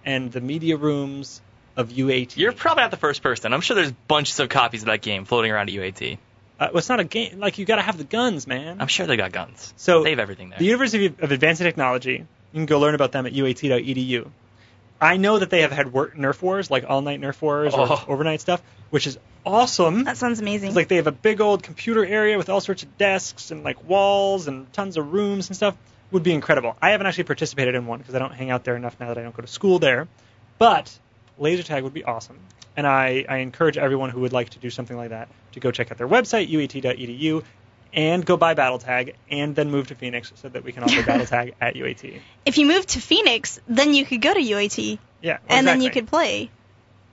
[SPEAKER 2] and the media rooms of UAT.
[SPEAKER 5] You're probably not the first person. I'm sure there's bunches of copies of that game floating around at UAT.
[SPEAKER 2] Uh, well, it's not a game. Like you got to have the guns, man.
[SPEAKER 5] I'm sure they got guns.
[SPEAKER 2] So
[SPEAKER 5] they have everything there.
[SPEAKER 2] The University of Advanced Technology. You can go learn about them at uat.edu. E I know that they have had work, Nerf wars, like all night Nerf wars
[SPEAKER 5] Oh.
[SPEAKER 2] or overnight stuff, which is awesome.
[SPEAKER 4] That sounds amazing.
[SPEAKER 2] It's like they have a big old computer area with all sorts of desks and like walls and tons of rooms and stuff. Would be incredible. I haven't actually participated in one because I don't hang out there enough now that I don't go to school there. But laser tag would be awesome, and I, I encourage everyone who would like to do something like that to go check out their website uat.edu E and go buy battle tag and then move to Phoenix so that we can all play battle tag at UAT.
[SPEAKER 4] if you moved to Phoenix, then you could go to UAT,
[SPEAKER 2] Yeah,
[SPEAKER 4] and then you
[SPEAKER 2] exactly.
[SPEAKER 4] could play,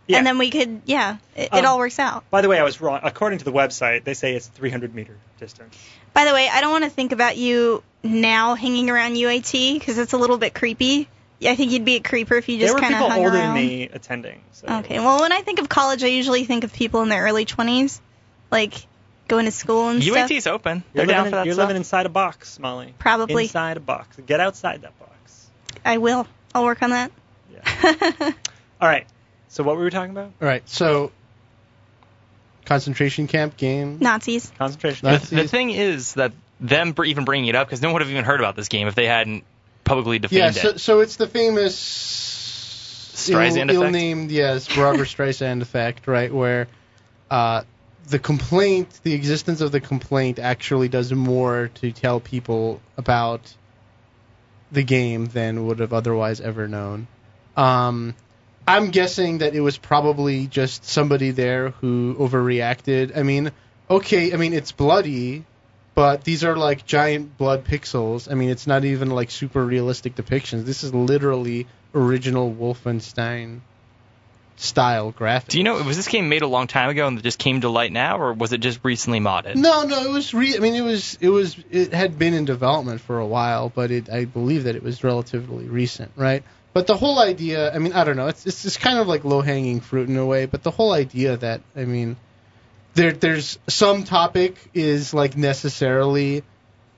[SPEAKER 2] Yeah.
[SPEAKER 4] and then we could, yeah, it, it
[SPEAKER 2] Um,
[SPEAKER 4] all works out.
[SPEAKER 2] By the way, I was wrong. According to the website, they say it's 300 meter distance.
[SPEAKER 4] By the way, I don't want to think about you now hanging around UAT because it's a little bit creepy. I think you'd be a creeper if you
[SPEAKER 2] there
[SPEAKER 4] just
[SPEAKER 2] were
[SPEAKER 4] kind of
[SPEAKER 2] people
[SPEAKER 4] hung
[SPEAKER 2] older
[SPEAKER 4] around.
[SPEAKER 2] than me attending. So.
[SPEAKER 4] Okay. Well, when I think of college, I usually think of people in their early 20s, like going to school and stuff.
[SPEAKER 5] UAT's open.
[SPEAKER 2] You're,
[SPEAKER 5] They're down
[SPEAKER 2] living,
[SPEAKER 5] for that
[SPEAKER 2] you're
[SPEAKER 5] stuff.
[SPEAKER 2] living inside a box, Molly.
[SPEAKER 4] Probably.
[SPEAKER 2] Inside a box. Get outside that box.
[SPEAKER 4] I will. I'll work on that.
[SPEAKER 2] Yeah. All right. So what were we talking about?
[SPEAKER 3] All right, so concentration camp game.
[SPEAKER 4] Nazis.
[SPEAKER 2] Concentration.
[SPEAKER 3] That's-
[SPEAKER 5] the thing is that them br- even bringing it up because no one would have even heard about this game if they hadn't publicly
[SPEAKER 3] yeah,
[SPEAKER 5] defamed
[SPEAKER 3] so,
[SPEAKER 5] it.
[SPEAKER 3] so it's the famous
[SPEAKER 5] Streisand effect?
[SPEAKER 3] ill-named, yes, Robert Streisand effect, right? Where uh, the complaint, the existence of the complaint, actually does more to tell people about the game than would have otherwise ever known. Um, I'm guessing that it was probably just somebody there who overreacted. I mean, okay, I mean it's bloody, but these are like giant blood pixels. I mean, it's not even like super realistic depictions. This is literally original Wolfenstein style graphics.
[SPEAKER 5] Do you know was this game made a long time ago and it just came to light now, or was it just recently modded?
[SPEAKER 3] No, no, it was re. I mean, it was it was it had been in development for a while, but it I believe that it was relatively recent, right? But the whole idea, I mean, I don't know, it's it's, it's kind of like low hanging fruit in a way. But the whole idea that I mean, there there's some topic is like necessarily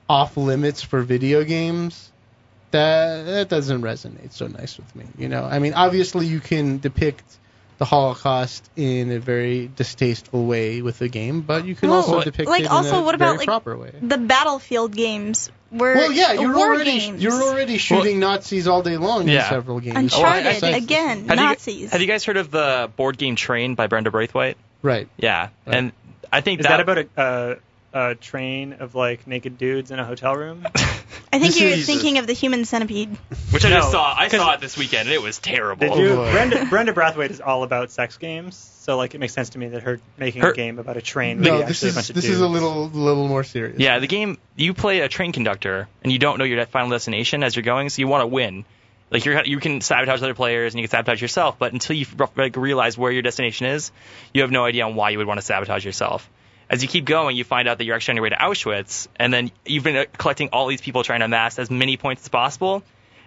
[SPEAKER 3] off limits for video games. That that doesn't resonate so nice with me, you know. I mean, obviously you can depict the Holocaust in a very distasteful way with the game, but you can
[SPEAKER 4] Well,
[SPEAKER 3] also
[SPEAKER 5] like-
[SPEAKER 3] depict
[SPEAKER 4] like,
[SPEAKER 3] it in
[SPEAKER 4] also,
[SPEAKER 3] a
[SPEAKER 4] what about,
[SPEAKER 3] very
[SPEAKER 4] like,
[SPEAKER 3] proper way.
[SPEAKER 4] The battlefield games were
[SPEAKER 3] Well, yeah, you're
[SPEAKER 4] war
[SPEAKER 3] already
[SPEAKER 4] games.
[SPEAKER 3] you're already shooting Nazis all day long in
[SPEAKER 5] Yeah.
[SPEAKER 3] several games.
[SPEAKER 4] Uncharted
[SPEAKER 3] Well, I- I-
[SPEAKER 4] again.
[SPEAKER 5] Oh, Have you-
[SPEAKER 4] Nazis.
[SPEAKER 5] Have you guys heard of the board game Train by Brenda Braithwaite?
[SPEAKER 3] Right.
[SPEAKER 5] Yeah, and I think
[SPEAKER 2] Is that about a, uh, a train of like naked dudes in a hotel room?
[SPEAKER 4] I think
[SPEAKER 3] This
[SPEAKER 4] you're
[SPEAKER 3] is-
[SPEAKER 4] thinking of the human centipede.
[SPEAKER 5] which I
[SPEAKER 2] No,
[SPEAKER 5] just saw. I
[SPEAKER 2] 'cause-
[SPEAKER 5] saw it this weekend and it was terrible.
[SPEAKER 2] Did you?
[SPEAKER 3] boy.
[SPEAKER 2] Brenda Brenda Brathwaite is all about sex games, so like it makes sense to me that her making a
[SPEAKER 5] Her-
[SPEAKER 2] game about a train would be
[SPEAKER 3] No,
[SPEAKER 2] actually
[SPEAKER 3] this
[SPEAKER 2] a
[SPEAKER 3] is
[SPEAKER 2] bunch of
[SPEAKER 3] this
[SPEAKER 2] dudes.
[SPEAKER 3] is a little little more serious.
[SPEAKER 5] Yeah, the game you play a train conductor and you don't know your final destination as you're going, so you want to win. Like you're you can sabotage other players and you can sabotage yourself, but until you like, realize where your destination is, you have no idea on why you would want to sabotage yourself. As you keep going, you find out that you're actually on your way to Auschwitz, and then you've been uh, collecting all these people trying to amass as many points as possible.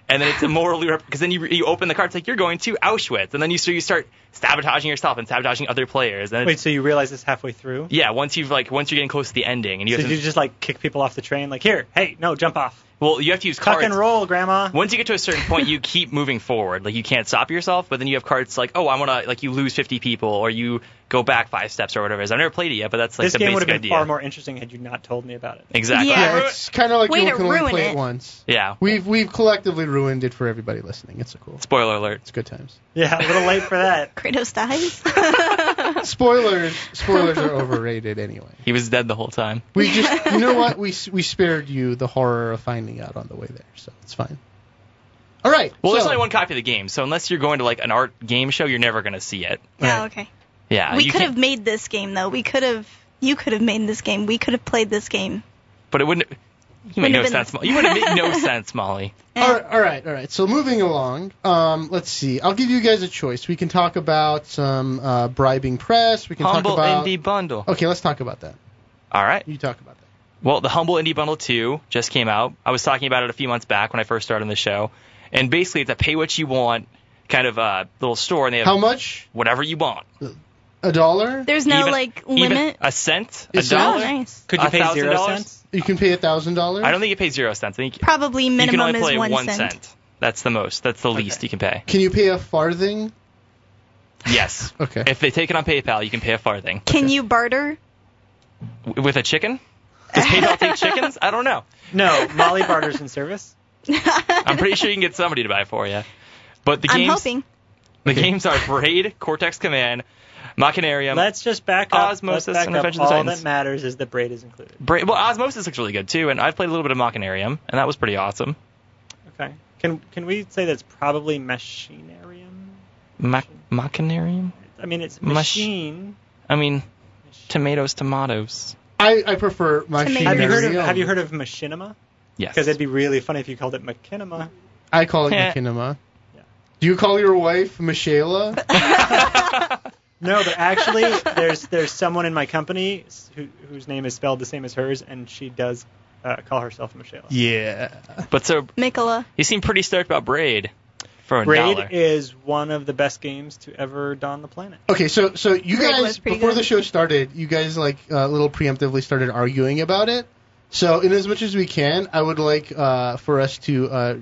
[SPEAKER 5] And then it's immorally because then you you open the card, it's like you're going to Auschwitz, and then you so you start sabotaging yourself and sabotaging other players. And
[SPEAKER 2] Wait,
[SPEAKER 5] it's,
[SPEAKER 2] so you realize this halfway through?
[SPEAKER 5] yeah, once you've like once you're getting close to the ending, and you
[SPEAKER 2] So
[SPEAKER 5] have to
[SPEAKER 2] you just like kick people off the train, like here, hey, no, jump off,
[SPEAKER 5] well you have to use
[SPEAKER 2] tuck
[SPEAKER 5] cards.
[SPEAKER 2] and roll, grandma.
[SPEAKER 5] once you get to a certain point, you keep moving forward. Like you can't stop yourself, but then you have cards like, oh, I want to like you lose 50 people or you go back five steps or whatever. it is. I've never played it yet, but that's like
[SPEAKER 2] this
[SPEAKER 5] the
[SPEAKER 2] game would have
[SPEAKER 5] basic
[SPEAKER 2] been
[SPEAKER 5] idea.
[SPEAKER 2] far more interesting had you not told me about it.
[SPEAKER 5] exactly.
[SPEAKER 4] Yeah.
[SPEAKER 3] Yeah, it's kind of like
[SPEAKER 4] Way
[SPEAKER 3] you
[SPEAKER 4] to
[SPEAKER 3] can only
[SPEAKER 4] ruin
[SPEAKER 3] play it
[SPEAKER 4] it.
[SPEAKER 3] once.
[SPEAKER 5] Yeah.
[SPEAKER 3] We've we've collectively ruined it for everybody listening. It's cool.
[SPEAKER 5] Spoiler alert.
[SPEAKER 3] It's good times.
[SPEAKER 2] Yeah, a little late for that.
[SPEAKER 4] Kratos dies.
[SPEAKER 3] Spoilers spoilers are overrated anyway.
[SPEAKER 5] He was dead the whole time.
[SPEAKER 3] We just you know what we s- we spared you the horror of finding out on the way there, so it's fine. All right.
[SPEAKER 5] Well, there's
[SPEAKER 3] so-
[SPEAKER 5] only one copy of the game, so unless you're going to like an art game show, you're never gonna see it.
[SPEAKER 4] oh, okay.
[SPEAKER 5] Yeah.
[SPEAKER 4] we
[SPEAKER 5] Uh, you
[SPEAKER 4] could
[SPEAKER 5] can't-
[SPEAKER 4] have made this game though. We could have. You could have made this game. We could have played this game.
[SPEAKER 5] but it wouldn't. You
[SPEAKER 4] Wouldn't
[SPEAKER 5] make no
[SPEAKER 4] have been-
[SPEAKER 5] sense. Mo- You would have made no sense, Molly.
[SPEAKER 3] All right, all right, all right. So moving along, um, let's see. I'll give you guys a choice. We can talk about some uh, bribing press. We can
[SPEAKER 5] Humble
[SPEAKER 3] talk about. Oh.
[SPEAKER 5] Indie Bundle.
[SPEAKER 3] Okay, let's talk about that.
[SPEAKER 5] All right.
[SPEAKER 3] You talk about that.
[SPEAKER 5] Well, the Humble Indie Bundle 2 just came out. I was talking about it a few months back when I first started on the show. And basically, it's a pay what you want kind of uh, little store, and they have
[SPEAKER 3] How much?
[SPEAKER 5] whatever you want.
[SPEAKER 3] A dollar?
[SPEAKER 4] There's no
[SPEAKER 5] Even-
[SPEAKER 4] like
[SPEAKER 5] even
[SPEAKER 4] limit.
[SPEAKER 5] a cent,
[SPEAKER 3] Is that-
[SPEAKER 5] a
[SPEAKER 4] oh,
[SPEAKER 5] dollar.
[SPEAKER 4] nice.
[SPEAKER 2] Could you
[SPEAKER 5] A
[SPEAKER 2] pay
[SPEAKER 5] thousand
[SPEAKER 2] zero
[SPEAKER 5] dollars?
[SPEAKER 2] cents?
[SPEAKER 3] You can pay a thousand dollars.
[SPEAKER 5] I don't think you pay zero cents. I think
[SPEAKER 4] Probably minimum
[SPEAKER 5] you can only
[SPEAKER 4] is
[SPEAKER 5] play
[SPEAKER 4] one
[SPEAKER 5] one
[SPEAKER 4] cent.
[SPEAKER 5] cent. That's the most. That's the least you can pay.
[SPEAKER 3] Can you pay a farthing?
[SPEAKER 5] Yes.
[SPEAKER 3] Okay.
[SPEAKER 5] If they take it on PayPal, you can pay a farthing.
[SPEAKER 4] Can you barter?
[SPEAKER 5] W- with a chicken? Does PayPal take chickens? I don't know.
[SPEAKER 2] No, Molly barters in service.
[SPEAKER 5] I'm pretty sure you can get somebody to buy it for you. But the
[SPEAKER 4] I'm
[SPEAKER 5] games,
[SPEAKER 4] hoping.
[SPEAKER 5] the games are Braid, Cortex Command, Machinarium.
[SPEAKER 2] Let's just back up.
[SPEAKER 5] Osmosis
[SPEAKER 2] Let's
[SPEAKER 5] and
[SPEAKER 2] back up.
[SPEAKER 5] Revenge of the
[SPEAKER 2] All
[SPEAKER 5] Titans.
[SPEAKER 2] that matters is that Braid is included.
[SPEAKER 5] Braid. Well, Osmosis looks really good too, and I've played a little bit of Machinarium, and that was pretty awesome.
[SPEAKER 2] Okay. Can can we say that's probably machinarium?
[SPEAKER 5] Ma- Machinarium.
[SPEAKER 2] I mean, it's
[SPEAKER 5] Mach-
[SPEAKER 2] machine.
[SPEAKER 5] I mean, tomatoes, tomatoes.
[SPEAKER 3] I, I prefer my
[SPEAKER 4] Tomato.
[SPEAKER 2] Have you heard of
[SPEAKER 3] Shinarium.
[SPEAKER 2] Have you heard of machinima?
[SPEAKER 5] Yes.
[SPEAKER 2] Because it'd be really funny if you called it machinima.
[SPEAKER 3] I call it
[SPEAKER 5] Yeah.
[SPEAKER 3] machinima.
[SPEAKER 2] Yeah.
[SPEAKER 3] Do you call your wife Michaela?
[SPEAKER 2] No, but actually, there's there's someone in my company s- who, whose name is spelled the same as hers, and she does uh, call herself Michelle.
[SPEAKER 3] yeah.
[SPEAKER 5] but so
[SPEAKER 4] Mikola.
[SPEAKER 5] you seem pretty stoked about Braid for a dollar.
[SPEAKER 2] Braid is one of the best games to ever don the planet.
[SPEAKER 3] Okay, so so you
[SPEAKER 4] Great,
[SPEAKER 3] guys
[SPEAKER 4] was pretty
[SPEAKER 3] before
[SPEAKER 4] good.
[SPEAKER 3] the show started, you guys like uh, a little preemptively started arguing about it. So in as much as we can, I would like uh, for us to uh,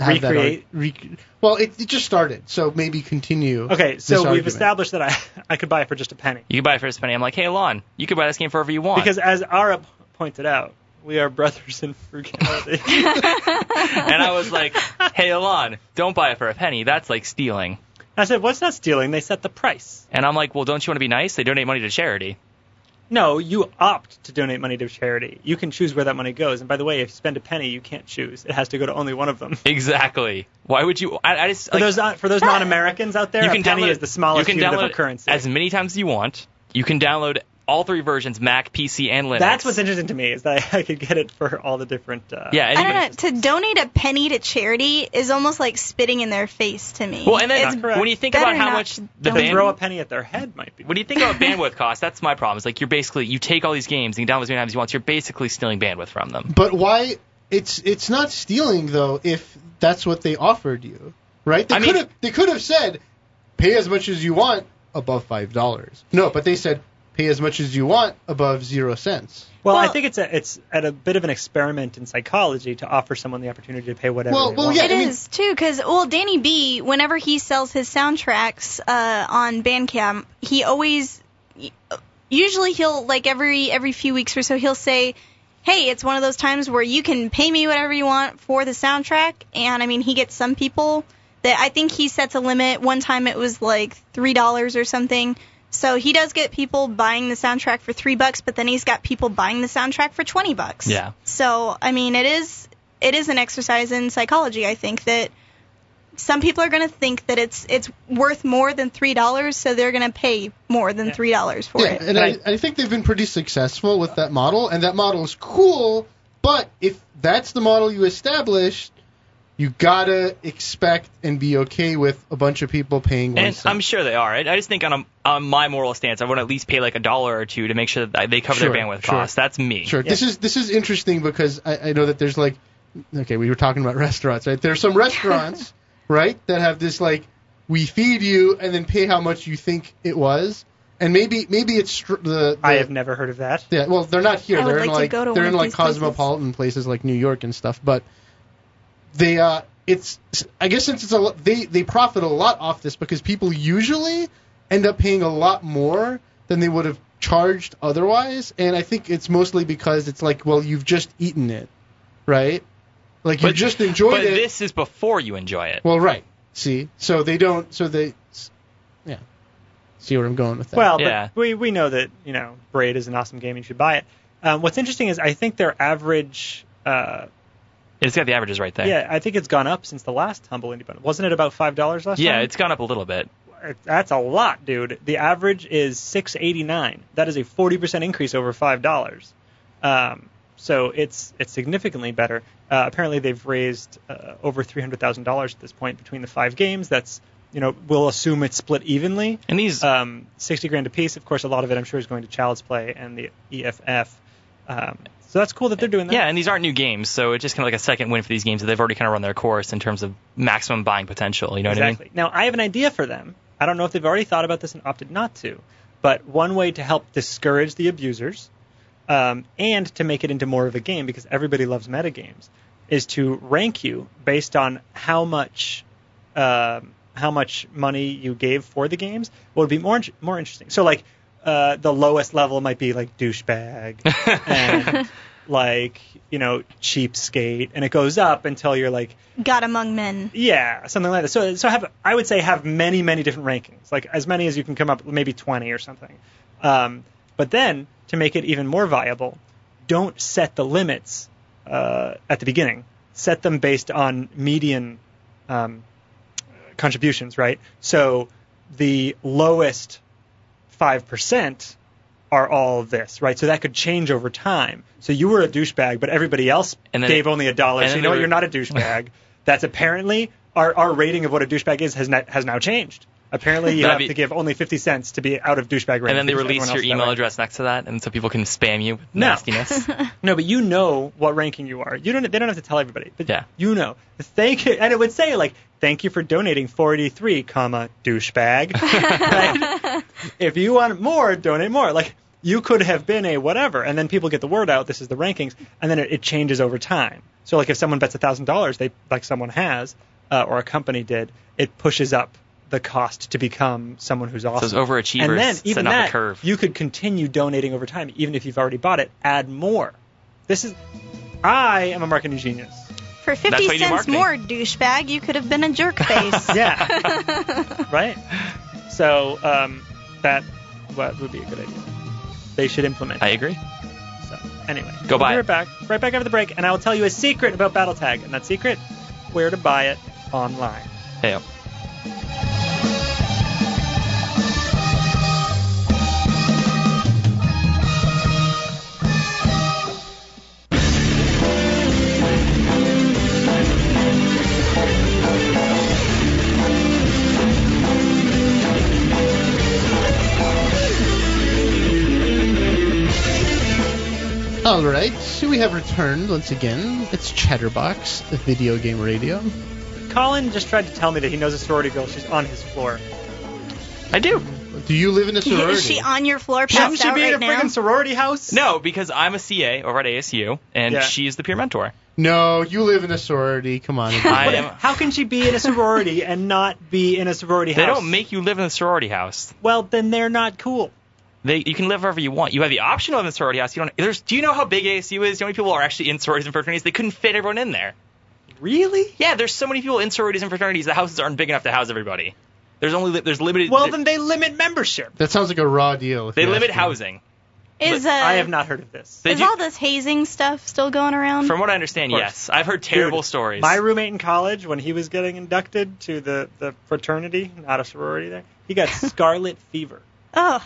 [SPEAKER 3] have
[SPEAKER 2] Recreate?
[SPEAKER 3] that. Rec- well, it, it just started, so maybe continue.
[SPEAKER 2] Okay,
[SPEAKER 3] this
[SPEAKER 2] so we've
[SPEAKER 3] argument.
[SPEAKER 2] established that I I could buy it for just a penny
[SPEAKER 5] you can buy it for a penny. I'm like, hey, Lon, you can buy this game for whatever you want.
[SPEAKER 2] because, as Ara p- pointed out, we are brothers in frugality.
[SPEAKER 5] and I was like, hey, Lon, don't buy it for a penny. That's like stealing.
[SPEAKER 2] I said, "What's not stealing? They set the price."
[SPEAKER 5] And I'm like, well, don't you want to be nice? They donate money to charity.
[SPEAKER 2] No, you opt to donate money to charity. You can choose where that money goes. And by the way, if you spend a penny, you can't choose. It has to go to only one of them.
[SPEAKER 5] Exactly. Why would you? I, I just
[SPEAKER 2] For
[SPEAKER 5] like,
[SPEAKER 2] those uh, for those non-Americans out there,
[SPEAKER 5] you
[SPEAKER 2] a
[SPEAKER 5] can
[SPEAKER 2] penny
[SPEAKER 5] download
[SPEAKER 2] is the smallest
[SPEAKER 5] you can
[SPEAKER 2] unit of
[SPEAKER 5] download
[SPEAKER 2] a currency.
[SPEAKER 5] as many times as you want. You can download all three versions: Mac, PC, and Linux.
[SPEAKER 2] That's what's interesting to me is that I, I could get it for all the different. Uh,
[SPEAKER 5] yeah.
[SPEAKER 4] I don't
[SPEAKER 5] Anybody,
[SPEAKER 4] know. To donate a penny to charity is almost like spitting in their face to me.
[SPEAKER 5] well, and then
[SPEAKER 4] It's-
[SPEAKER 2] correct.
[SPEAKER 5] when you think
[SPEAKER 4] better
[SPEAKER 5] about how
[SPEAKER 4] not
[SPEAKER 5] much
[SPEAKER 4] to
[SPEAKER 5] the
[SPEAKER 4] donate.
[SPEAKER 2] To
[SPEAKER 5] band,
[SPEAKER 2] throw a penny at their head might be.
[SPEAKER 5] when you think about bandwidth costs, that's my problem. It's like you're basically you take all these games and you download as many times as you want. So you're basically stealing bandwidth from them.
[SPEAKER 3] But why? It's it's not stealing though if that's what they offered you, right? They
[SPEAKER 5] I mean-
[SPEAKER 3] could have they could have said pay as much as you want above five dollars. No, but they said pay as much as you want above zero cents.
[SPEAKER 2] well, I
[SPEAKER 4] Well-
[SPEAKER 2] think it's a, it's at a bit of an experiment in psychology to offer someone the opportunity to pay whatever.
[SPEAKER 3] Well-
[SPEAKER 2] they
[SPEAKER 3] well,
[SPEAKER 2] want.
[SPEAKER 3] yeah,
[SPEAKER 4] It
[SPEAKER 3] I mean-
[SPEAKER 4] is too, 'cause too, because well, Danny B, whenever he sells his soundtracks uh, on Bandcamp, he always, usually he'll like every every few weeks or so, he'll say, "Hey, it's one of those times where you can pay me whatever you want for the soundtrack." And I mean, he gets some people that I think he sets a limit. One time it was like three dollars or something. So he does get people buying the soundtrack for three bucks, but then he's got people buying the soundtrack for twenty bucks.
[SPEAKER 5] Yeah.
[SPEAKER 4] So I mean, it is it is an exercise in psychology. I think that some people are going to think that it's it's worth more than three dollars, so they're going to pay more than three dollars for
[SPEAKER 3] Yeah,
[SPEAKER 4] it.
[SPEAKER 3] and I, I think they've been pretty successful with that model, and that model is cool. But if that's the model you established, you gotta expect and be okay with a bunch of people paying one
[SPEAKER 5] And I'm sure they are. I, I just think on a, on my moral stance, I want to at least pay like a dollar or two to make sure that they cover
[SPEAKER 3] Sure,
[SPEAKER 5] their bandwidth
[SPEAKER 3] sure.
[SPEAKER 5] costs. That's me.
[SPEAKER 3] Sure. This is this is interesting because I, I know that there's like, okay, we were talking about restaurants, right? There's some restaurants, right, that have this like, we feed you and then pay how much you think it was, and maybe maybe it's str- the, the
[SPEAKER 2] I have never heard of that.
[SPEAKER 3] Yeah, well, they're not here.
[SPEAKER 4] I would
[SPEAKER 3] They're in
[SPEAKER 4] like to
[SPEAKER 3] like
[SPEAKER 4] go to
[SPEAKER 3] they're
[SPEAKER 4] one
[SPEAKER 3] in
[SPEAKER 4] of
[SPEAKER 3] like
[SPEAKER 4] these places.
[SPEAKER 3] cosmopolitan places. like New York and stuff. But they, uh, it's I guess since it's a lo- they they profit a lot off this because people usually end up paying a lot more than they would have charged otherwise. And I think it's mostly because it's like, well, you've just eaten it, right? Like you
[SPEAKER 5] But-
[SPEAKER 3] just enjoyed
[SPEAKER 5] But
[SPEAKER 3] it.
[SPEAKER 5] this is before you enjoy it.
[SPEAKER 3] well, right. See, so they don't. So they, yeah. See where I'm going with that?
[SPEAKER 2] Well,
[SPEAKER 5] Yeah.
[SPEAKER 2] but we we know that you know Braid is an awesome game. You should buy it. Um, what's interesting is I think their average. Uh,
[SPEAKER 5] It's got the averages right there.
[SPEAKER 2] yeah, I think it's gone up since the last Humble Indie Bundle. Wasn't it about five dollars last
[SPEAKER 5] Yeah,
[SPEAKER 2] time?
[SPEAKER 5] it's gone up a little bit.
[SPEAKER 2] that's a lot, dude. The average is six eighty nine. That is a forty percent increase over five dollars. Um, so it's it's significantly better. Uh, apparently, they've raised uh, over three hundred thousand dollars at this point between the five games. That's you know we'll assume it's split evenly.
[SPEAKER 5] And these
[SPEAKER 2] E Um, sixty grand apiece. Of course, a lot of it I'm sure is going to Child's Play and the EFF. Um, So that's cool that they're doing that.
[SPEAKER 5] Yeah, and these aren't new games, so it's just kind of like a second win for these games that they've already kind of run their course in terms of maximum buying potential. You know what I
[SPEAKER 2] exactly.
[SPEAKER 5] mean?
[SPEAKER 2] Now, I have an idea for them. I don't know if they've already thought about this and opted not to, but one way to help discourage the abusers um, and to make it into more of a game, because everybody loves metagames, is to rank you based on how much um how much money you gave for the games. What would be more in- more interesting? So, like, uh, the lowest level might be like douchebag, and like you know cheapskate, and it goes up until you're like
[SPEAKER 4] God among men.
[SPEAKER 2] yeah, something like that. So, so have I would say have many, many different rankings, like as many as you can come up, maybe twenty or something. Um, but then to make it even more viable, don't set the limits uh, at the beginning. Set them based on median um, contributions, right? So the lowest five percent are all this, right? So that could change over time. So you were a douchebag, but everybody else
[SPEAKER 5] And then-
[SPEAKER 2] gave only a dollar.
[SPEAKER 5] and
[SPEAKER 2] So
[SPEAKER 5] then
[SPEAKER 2] you know
[SPEAKER 5] they
[SPEAKER 2] what?
[SPEAKER 5] were-
[SPEAKER 2] You're not a douchebag. That's apparently our, our rating of what a douchebag is has not, has now changed. Apparently, you
[SPEAKER 5] That'd
[SPEAKER 2] have
[SPEAKER 5] be-
[SPEAKER 2] to give only 50 cents to be out of douchebag range.
[SPEAKER 5] And then they
[SPEAKER 2] because
[SPEAKER 5] release
[SPEAKER 2] everyone
[SPEAKER 5] your
[SPEAKER 2] else is
[SPEAKER 5] email
[SPEAKER 2] that way.
[SPEAKER 5] address next to that, and so people can spam you with
[SPEAKER 2] No.
[SPEAKER 5] nastiness.
[SPEAKER 2] No, but you know what ranking you are. You don't. They don't have to tell everybody, but
[SPEAKER 5] Yeah.
[SPEAKER 2] you know. Thank you, and it would say like, "Thank you for donating 43, comma douchebag." Right? If you want more, donate more. Like you could have been a whatever, and then people get the word out. This is the rankings, and then it, it changes over time. So like if someone bets thousand dollars, they like someone has, uh, or a company did, it pushes up the cost to become someone who's awesome.
[SPEAKER 5] it's overachievers
[SPEAKER 2] and then
[SPEAKER 5] setting
[SPEAKER 2] even
[SPEAKER 5] off the
[SPEAKER 2] that,
[SPEAKER 5] curve.
[SPEAKER 2] you could continue donating over time, even if you've already bought it. Add more. This is, I am a marketing genius.
[SPEAKER 4] For
[SPEAKER 5] That's why
[SPEAKER 4] 50
[SPEAKER 5] you do
[SPEAKER 4] cents
[SPEAKER 5] marketing.
[SPEAKER 4] more, douchebag, you could have been a jerk face.
[SPEAKER 2] Yeah. right. So um, that what would be a good idea. They should implement.
[SPEAKER 5] I agree.
[SPEAKER 2] it. So anyway,
[SPEAKER 5] Go buy
[SPEAKER 2] we'll be
[SPEAKER 5] it.
[SPEAKER 2] right back. Right back after the break, and I will tell you a secret about Battle Tag, and that secret, where to buy it online.
[SPEAKER 5] Yeah.
[SPEAKER 3] All right, so we have returned once again. It's Chatterbox, the video game radio.
[SPEAKER 2] Colin just tried to tell me that he knows a sorority girl. She's on his floor.
[SPEAKER 5] I do.
[SPEAKER 3] Do you live in a sorority?
[SPEAKER 4] Is she on your floor
[SPEAKER 2] Shouldn't
[SPEAKER 4] passed
[SPEAKER 2] she
[SPEAKER 4] out
[SPEAKER 2] be
[SPEAKER 4] right
[SPEAKER 2] in a
[SPEAKER 4] now?
[SPEAKER 2] friggin' sorority house?
[SPEAKER 5] No, because I'm a CA over at ASU, and
[SPEAKER 2] Yeah.
[SPEAKER 5] she's the peer mentor.
[SPEAKER 3] no, you live in a sorority. Come on.
[SPEAKER 5] I
[SPEAKER 2] What-
[SPEAKER 5] am.
[SPEAKER 2] how can she be in a sorority and not be in a sorority
[SPEAKER 5] They
[SPEAKER 2] house?
[SPEAKER 5] don't make you live in the sorority house.
[SPEAKER 2] Well, then they're not cool.
[SPEAKER 5] They, you can live wherever you want. You have the option of living in the sorority house. You don't. There's. Do you know how big ASU is? The only people who are actually in sororities and fraternities. They couldn't fit everyone in there.
[SPEAKER 2] Really?
[SPEAKER 5] Yeah, there's so many people in sororities and fraternities. The houses aren't big enough to house everybody. There's only li- there's limited.
[SPEAKER 2] Well,
[SPEAKER 5] there-
[SPEAKER 2] then they limit membership.
[SPEAKER 3] that sounds like a raw deal. if
[SPEAKER 5] they
[SPEAKER 3] you
[SPEAKER 5] limit
[SPEAKER 3] ask me.
[SPEAKER 5] housing.
[SPEAKER 4] Is, uh,
[SPEAKER 2] I have not heard of this.
[SPEAKER 5] They
[SPEAKER 4] is
[SPEAKER 5] do-
[SPEAKER 4] all this hazing stuff still going around?
[SPEAKER 5] From what I understand,
[SPEAKER 2] Of course.
[SPEAKER 5] yes. I've heard terrible
[SPEAKER 2] Dude,
[SPEAKER 5] stories.
[SPEAKER 2] My roommate in college, when he was getting inducted to the, the fraternity, not a sorority there, he got scarlet fever.
[SPEAKER 4] Ugh.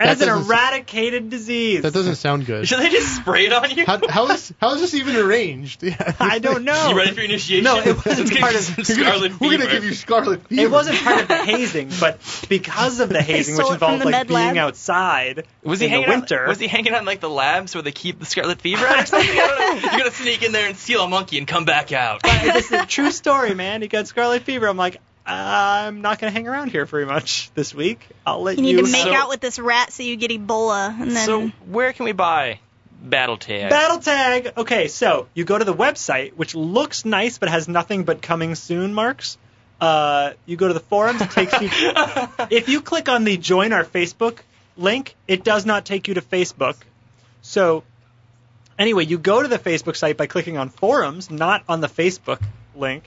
[SPEAKER 2] And
[SPEAKER 3] That
[SPEAKER 2] it's an
[SPEAKER 3] doesn't s-
[SPEAKER 2] eradicated disease.
[SPEAKER 3] That doesn't sound good.
[SPEAKER 5] Should they just spray it on you?
[SPEAKER 3] How, how is how is this even arranged? Yeah.
[SPEAKER 2] I don't know.
[SPEAKER 5] you ready for your initiation?
[SPEAKER 2] No, it wasn't
[SPEAKER 5] Let's get
[SPEAKER 2] part
[SPEAKER 5] you
[SPEAKER 2] of-
[SPEAKER 5] some
[SPEAKER 3] We're gonna-
[SPEAKER 5] scarlet
[SPEAKER 3] We're
[SPEAKER 5] fever.
[SPEAKER 3] gonna give you scarlet fever.
[SPEAKER 2] It wasn't part of the hazing, but because of the hazing, which
[SPEAKER 4] stole it from
[SPEAKER 2] involved
[SPEAKER 4] the
[SPEAKER 2] like
[SPEAKER 4] med
[SPEAKER 2] being
[SPEAKER 4] lab.
[SPEAKER 2] outside
[SPEAKER 5] Was he
[SPEAKER 2] in
[SPEAKER 5] hanging
[SPEAKER 2] the winter.
[SPEAKER 5] On, was he hanging on like the labs where they keep the scarlet fever out or something? I don't know. You're gonna sneak in there and steal a monkey and come back out.
[SPEAKER 2] this is a true story, man. He got scarlet fever. I'm like, I'm not gonna hang around here very much this week. I'll let
[SPEAKER 4] You
[SPEAKER 2] you.
[SPEAKER 4] need to make
[SPEAKER 5] So-
[SPEAKER 4] out with this rat so you get Ebola, and then
[SPEAKER 5] so where can we buy Battle Tag?
[SPEAKER 2] Battle tag. Okay, so you go to the website, which looks nice but has nothing but coming soon marks. Uh, you go to the forums. It takes you. if you click on the join our Facebook link, it does not take you to Facebook. So anyway, you go to the Facebook site by clicking on forums, not on the Facebook link.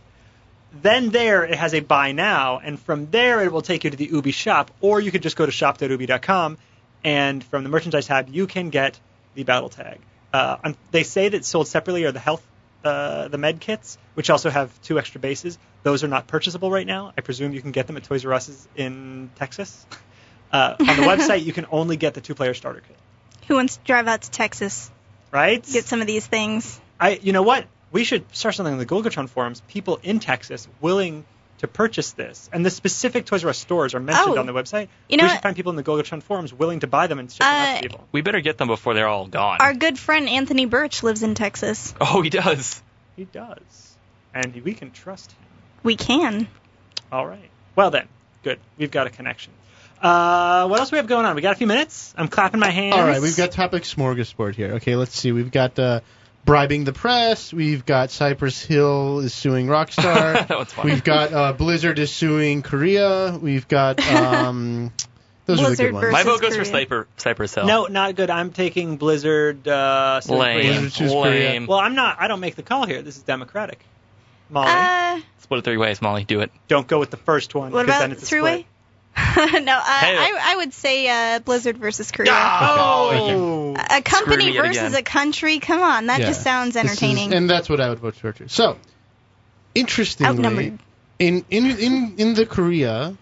[SPEAKER 2] Then there it has a buy now, and from there it will take you to the Ubi shop, or you could just go to shop.ubi.com, and from the merchandise tab you can get the battle tag. Uh, un- they say that sold separately are the health, uh, the med kits, which also have two extra bases. Those are not purchasable right now. I presume you can get them at Toys R Us's in Texas. Uh, on the website you can only get the two-player starter kit,
[SPEAKER 4] who wants to drive out to Texas
[SPEAKER 2] right?
[SPEAKER 4] get some of these things?
[SPEAKER 2] I, you know what? We should start something on the Golgotron forums. People in Texas willing to purchase this, and the specific Toys R Us stores are mentioned
[SPEAKER 4] Oh.
[SPEAKER 2] on the website,
[SPEAKER 4] You know
[SPEAKER 2] we should
[SPEAKER 4] what?
[SPEAKER 2] find people in the Golgatron forums willing to buy them and ship them out
[SPEAKER 4] Uh,
[SPEAKER 2] to people.
[SPEAKER 5] We better get them before they're all gone.
[SPEAKER 4] Our good friend Anthony Birch lives in Texas.
[SPEAKER 5] oh, he does.
[SPEAKER 2] He does, and we can trust him.
[SPEAKER 4] We can.
[SPEAKER 2] All right. Well then, good. We've got a connection. Uh, what else we have going on? We got a few minutes. I'm clapping my hands.
[SPEAKER 3] All right, we've got topic smorgasbord here. Okay, let's see. We've got uh, bribing the press. We've got Cypress Hill is suing
[SPEAKER 5] that
[SPEAKER 3] Rockstar.
[SPEAKER 5] one's funny.
[SPEAKER 3] we've got uh, Blizzard is suing Korea. We've got um, those are the
[SPEAKER 4] Blizzard
[SPEAKER 3] good ones.
[SPEAKER 4] versus-
[SPEAKER 5] My vote goes for
[SPEAKER 4] Korea.
[SPEAKER 5] Sniper, Cypress Hill.
[SPEAKER 2] No, not good. I'm taking Blizzard. Uh, South Korea.
[SPEAKER 5] Lame.
[SPEAKER 3] Blizzard choose Korea.
[SPEAKER 5] Lame.
[SPEAKER 2] Well, I'm not. I don't make the call here. This is democratic. Molly,
[SPEAKER 4] Uh,
[SPEAKER 5] Split it three ways, Molly. Do it.
[SPEAKER 2] don't go with the first one.
[SPEAKER 4] what
[SPEAKER 2] 'cause
[SPEAKER 4] about
[SPEAKER 2] then it's a
[SPEAKER 4] three way? no, uh, I,
[SPEAKER 5] look.
[SPEAKER 4] I would say uh, Blizzard versus Korea.
[SPEAKER 2] Ah! Oh,
[SPEAKER 4] A company
[SPEAKER 5] me yet
[SPEAKER 4] versus
[SPEAKER 5] again.
[SPEAKER 4] a country. Come on, that
[SPEAKER 3] Yeah.
[SPEAKER 4] just sounds
[SPEAKER 3] This is-
[SPEAKER 4] entertaining.
[SPEAKER 3] and that's what I would vote for too. So, interestingly,
[SPEAKER 4] Outnumbered.
[SPEAKER 3] in, in in in the Korea,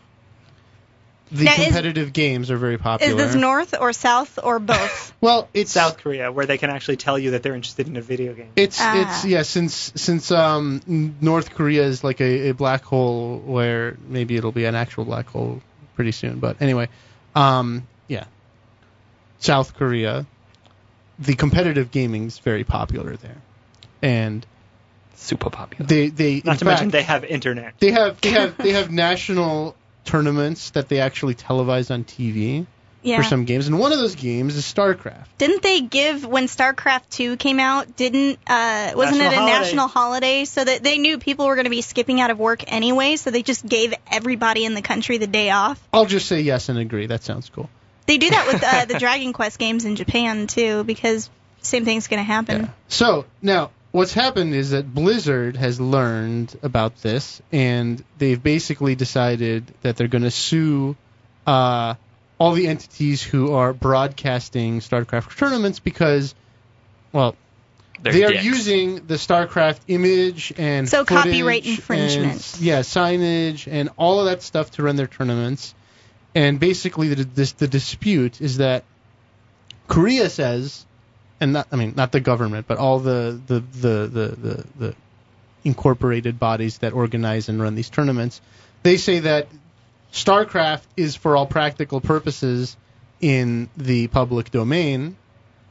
[SPEAKER 3] the
[SPEAKER 4] Now, is-
[SPEAKER 3] competitive games are very popular.
[SPEAKER 4] Is this north or south or both?
[SPEAKER 3] well, it's
[SPEAKER 2] South Korea, where they can actually tell you that they're interested in a video game.
[SPEAKER 3] It's
[SPEAKER 4] Ah.
[SPEAKER 3] it's yeah since since um n- North Korea is like a, a black hole where maybe it'll be an actual black hole pretty soon but anyway um yeah South Korea the competitive gaming's very popular there and
[SPEAKER 5] Super popular.
[SPEAKER 3] they they
[SPEAKER 2] Not
[SPEAKER 3] in
[SPEAKER 2] to
[SPEAKER 3] fact,
[SPEAKER 2] mention they have internet.
[SPEAKER 3] they have they have they have national tournaments that they actually televise on TV
[SPEAKER 4] Yeah.
[SPEAKER 3] for some games and one of those games is StarCraft
[SPEAKER 4] Didn't they give when StarCraft two came out? Didn't uh, wasn't
[SPEAKER 2] National
[SPEAKER 4] it a
[SPEAKER 2] holiday.
[SPEAKER 4] national holiday? So that they knew people were going to be skipping out of work anyway, so they just gave everybody in the country the day off.
[SPEAKER 3] I'll just say yes and agree that sounds cool
[SPEAKER 4] They do that with uh, the Dragon Quest games in Japan too, because same thing's going to happen.
[SPEAKER 3] So now, what's happened is that Blizzard has learned about this, and they've basically decided that they're going to sue uh, all the entities who are broadcasting StarCraft tournaments because, well,
[SPEAKER 5] They're
[SPEAKER 3] they are
[SPEAKER 5] dicks.
[SPEAKER 3] using the StarCraft image and
[SPEAKER 4] So
[SPEAKER 3] footage
[SPEAKER 4] copyright
[SPEAKER 3] and-
[SPEAKER 4] infringement.
[SPEAKER 3] yeah, signage and all of that stuff to run their tournaments. And basically, the, this, the dispute is that Korea says, and not I mean not the government, but all the the the the the, the incorporated bodies that organize and run these tournaments, they say that StarCraft is for all practical purposes in the public domain.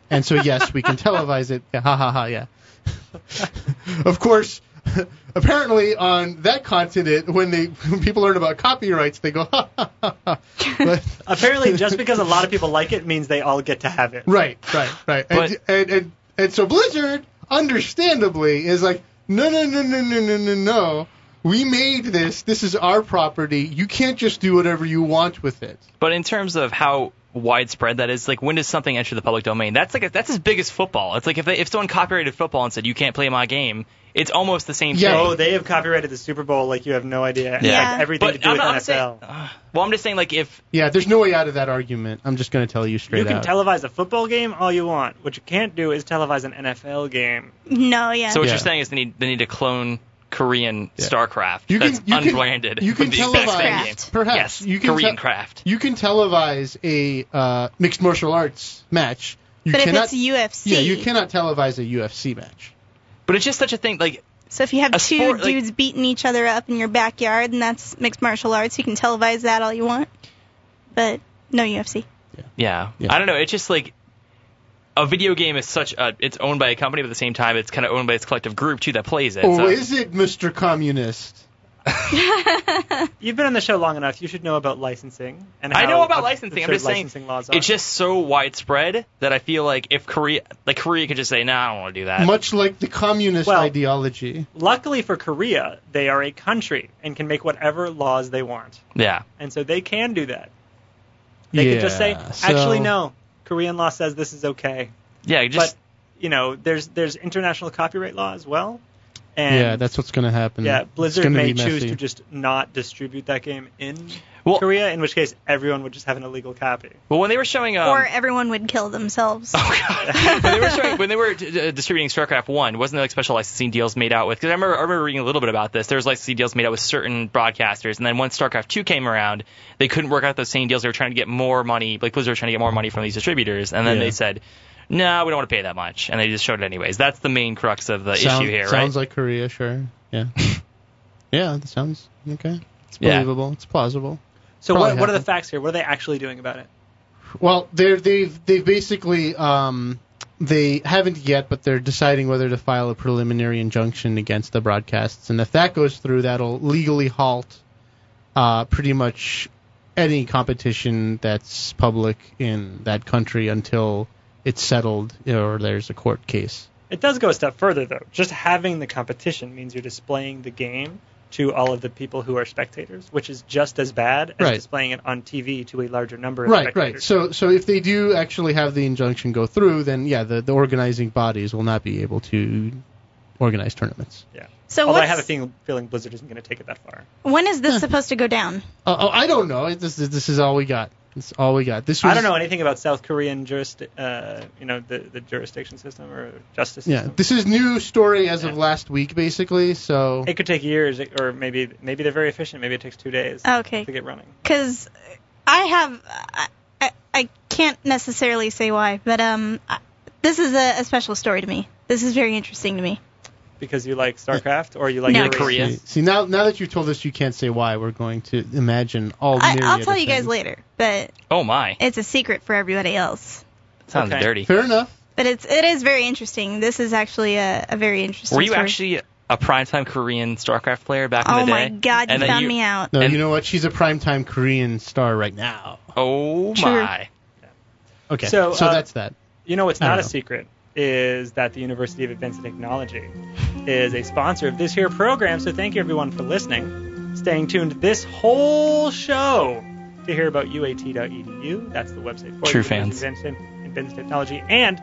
[SPEAKER 3] And so yes, we can televise it. Yeah, ha ha ha, yeah. of course, apparently on that continent when they when people learn about copyrights, they go ha ha ha. ha. But, uh,
[SPEAKER 2] Apparently, just because a lot of people like it means they all get to have it.
[SPEAKER 3] Right, right, right. and,
[SPEAKER 5] But-
[SPEAKER 3] and, and and so Blizzard, understandably, is like, no, no, no, no, no, no, no, no. We made this. This is our property. You can't just do whatever you want with it.
[SPEAKER 5] But in terms of how widespread that is, like when does something enter the public domain? That's like a, that's as big as football. It's like if they, if someone copyrighted football and said you can't play my game, it's almost the same
[SPEAKER 3] Yeah.
[SPEAKER 5] thing.
[SPEAKER 2] Oh, they have copyrighted the Super Bowl like you have no idea. It
[SPEAKER 4] Yeah.
[SPEAKER 2] has everything
[SPEAKER 5] but
[SPEAKER 2] to do
[SPEAKER 5] I'm,
[SPEAKER 2] with
[SPEAKER 5] I'm
[SPEAKER 2] NFL.
[SPEAKER 5] saying, uh, well, I'm just saying like if
[SPEAKER 3] Yeah, there's no way out of that argument. I'm just going to tell you straight
[SPEAKER 2] you can
[SPEAKER 3] out.
[SPEAKER 2] televise a football game all you want. What you can't do is televise an NFL game.
[SPEAKER 4] No, yeah.
[SPEAKER 5] so, what
[SPEAKER 3] Yeah.
[SPEAKER 5] you're saying is they need they need to clone Korean
[SPEAKER 3] Yeah.
[SPEAKER 5] StarCraft
[SPEAKER 3] You can-
[SPEAKER 5] that's
[SPEAKER 3] you can-
[SPEAKER 5] unbranded.
[SPEAKER 3] you can
[SPEAKER 5] with the exact same
[SPEAKER 4] televise-
[SPEAKER 5] game.
[SPEAKER 3] Perhaps
[SPEAKER 5] yes,
[SPEAKER 3] you can
[SPEAKER 5] Korean
[SPEAKER 3] te-
[SPEAKER 5] craft.
[SPEAKER 3] you can televise a uh, mixed martial arts match. You
[SPEAKER 4] but
[SPEAKER 3] cannot,
[SPEAKER 4] if it's UFC,
[SPEAKER 3] yeah, you cannot televise a UFC match.
[SPEAKER 5] But it's just such a thing. Like
[SPEAKER 4] So if you have
[SPEAKER 5] A
[SPEAKER 4] two
[SPEAKER 5] sport, like-
[SPEAKER 4] dudes beating each other up in your backyard, and that's mixed martial arts, you can televise that all you want. But no UFC.
[SPEAKER 5] yeah,
[SPEAKER 3] Yeah.
[SPEAKER 5] I don't know. It's just like. A video game is such a. It's owned by a company, but at the same time, it's kind of owned by its collective group too that plays it.
[SPEAKER 3] Or
[SPEAKER 5] so-
[SPEAKER 3] Oh, is it, Mr. Communist?
[SPEAKER 2] You've been on the show long enough. You should know about licensing. And
[SPEAKER 5] I
[SPEAKER 2] how
[SPEAKER 5] know about
[SPEAKER 2] ab-
[SPEAKER 5] licensing. I'm
[SPEAKER 2] absurd
[SPEAKER 5] just saying
[SPEAKER 2] licensing laws are.
[SPEAKER 5] it's just so widespread that I feel like if Korea, like Korea, could just say, "Nah, I don't want to do that."
[SPEAKER 3] Much like the communist
[SPEAKER 2] Well-
[SPEAKER 3] ideology.
[SPEAKER 2] Luckily for Korea, they are a country and can make whatever laws they want,
[SPEAKER 5] yeah,
[SPEAKER 2] and so they can do that. They could just say,
[SPEAKER 3] Yeah,
[SPEAKER 2] actually,
[SPEAKER 3] so-
[SPEAKER 2] no. Korean law says this is okay,
[SPEAKER 5] yeah. you Just
[SPEAKER 2] but you know, there's there's international copyright law as well, and
[SPEAKER 3] yeah, that's what's going to happen.
[SPEAKER 2] yeah,
[SPEAKER 3] It's
[SPEAKER 2] Blizzard
[SPEAKER 3] gonna
[SPEAKER 2] may
[SPEAKER 3] be
[SPEAKER 2] choose
[SPEAKER 3] messy.
[SPEAKER 2] to just not distribute that game in
[SPEAKER 5] Well-
[SPEAKER 2] Korea, in which case everyone would just have an illegal copy.
[SPEAKER 5] well, when they were showing, um,
[SPEAKER 4] or everyone would kill themselves.
[SPEAKER 5] when they were showing, when they were uh, distributing StarCraft One, wasn't there like special licensing deals made out with? Because I remember, I remember reading a little bit about this. There was licensing deals made out with certain broadcasters, and then once StarCraft Two came around, they couldn't work out those same deals. They were trying to get more money, like Blizzard was trying to get more money from these distributors, and then
[SPEAKER 3] Yeah.
[SPEAKER 5] they said. No, we don't want to pay that much, and they just showed it anyways. That's the main crux of the
[SPEAKER 3] Sound-
[SPEAKER 5] issue here, right?
[SPEAKER 3] Sounds like Korea, sure. Yeah. Yeah, that sounds okay. It's
[SPEAKER 5] Yeah.
[SPEAKER 3] believable. It's plausible.
[SPEAKER 2] So
[SPEAKER 3] Probably
[SPEAKER 2] what, what are the
[SPEAKER 3] happened.
[SPEAKER 2] facts here? What are they actually doing about it?
[SPEAKER 3] Well, they're, they've they've basically um, they haven't yet, but they're deciding whether to file a preliminary injunction against the broadcasts, and if that goes through, that'll legally halt uh, pretty much any competition that's public in that country until it's settled or there's a court case.
[SPEAKER 2] It does go a step further, though. Just having the competition means you're displaying the game to all of the people who are spectators, which is just as bad as
[SPEAKER 3] Right.
[SPEAKER 2] displaying it on TV to a larger number of
[SPEAKER 3] Right,
[SPEAKER 2] spectators.
[SPEAKER 3] right. So so if they do actually have the injunction go through, then yeah, the, the organizing bodies will not be able to organize tournaments.
[SPEAKER 2] yeah.
[SPEAKER 4] So
[SPEAKER 2] Although I
[SPEAKER 4] what's-
[SPEAKER 2] have a feeling, feeling Blizzard isn't going to take it that far.
[SPEAKER 4] When is this supposed to go down?
[SPEAKER 3] Uh, oh, I don't know. This is this is all we got. This is all we got. This was,
[SPEAKER 2] I don't know anything about South Korean jurisdi- uh, you know, the, the jurisdiction system or justice
[SPEAKER 3] Yeah,
[SPEAKER 2] system.
[SPEAKER 3] this is new story as of
[SPEAKER 2] Yeah.
[SPEAKER 3] last week, basically. So
[SPEAKER 2] it could take years, or maybe maybe they're very efficient. Maybe it takes two days
[SPEAKER 4] Okay.
[SPEAKER 2] to get running.
[SPEAKER 4] because I have I, I I can't necessarily say why, but um, I, this is a, a special story to me. This is very interesting to me.
[SPEAKER 2] Because you like StarCraft, or you like
[SPEAKER 4] No.
[SPEAKER 5] Like Korea.
[SPEAKER 3] see, see, now now that you've told us, you can't say why. We're going to imagine all.
[SPEAKER 4] I,
[SPEAKER 3] myriad
[SPEAKER 4] I'll tell
[SPEAKER 3] of
[SPEAKER 4] you guys
[SPEAKER 3] things.
[SPEAKER 4] later, but
[SPEAKER 5] Oh my,
[SPEAKER 4] it's a secret for everybody else.
[SPEAKER 5] sounds
[SPEAKER 2] Okay.
[SPEAKER 5] dirty.
[SPEAKER 3] Fair enough.
[SPEAKER 4] But it's it is very interesting. This is actually a, a very interesting.
[SPEAKER 5] Were you
[SPEAKER 4] story.
[SPEAKER 5] actually a primetime Korean StarCraft player back in
[SPEAKER 4] Oh
[SPEAKER 5] the
[SPEAKER 4] my
[SPEAKER 5] day?
[SPEAKER 4] God! You
[SPEAKER 5] And then
[SPEAKER 4] found me out.
[SPEAKER 3] No,
[SPEAKER 5] And-
[SPEAKER 3] you know what? She's a primetime Korean star right now.
[SPEAKER 5] Oh
[SPEAKER 4] Sure.
[SPEAKER 5] my.
[SPEAKER 3] Okay, so,
[SPEAKER 2] So, uh,
[SPEAKER 3] that's that.
[SPEAKER 2] You know what's
[SPEAKER 3] I don't
[SPEAKER 2] not a
[SPEAKER 3] know.
[SPEAKER 2] secret is that the University of Advanced Technology is a sponsor of this here program. So thank you everyone for listening, staying tuned this whole show to hear about uat.edu. E That's the website for
[SPEAKER 5] True
[SPEAKER 2] you,
[SPEAKER 5] fans.
[SPEAKER 2] Advanced, Advanced Technology. And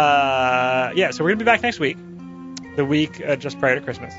[SPEAKER 2] uh, yeah, so we're gonna be back next week, the week uh, just prior to Christmas.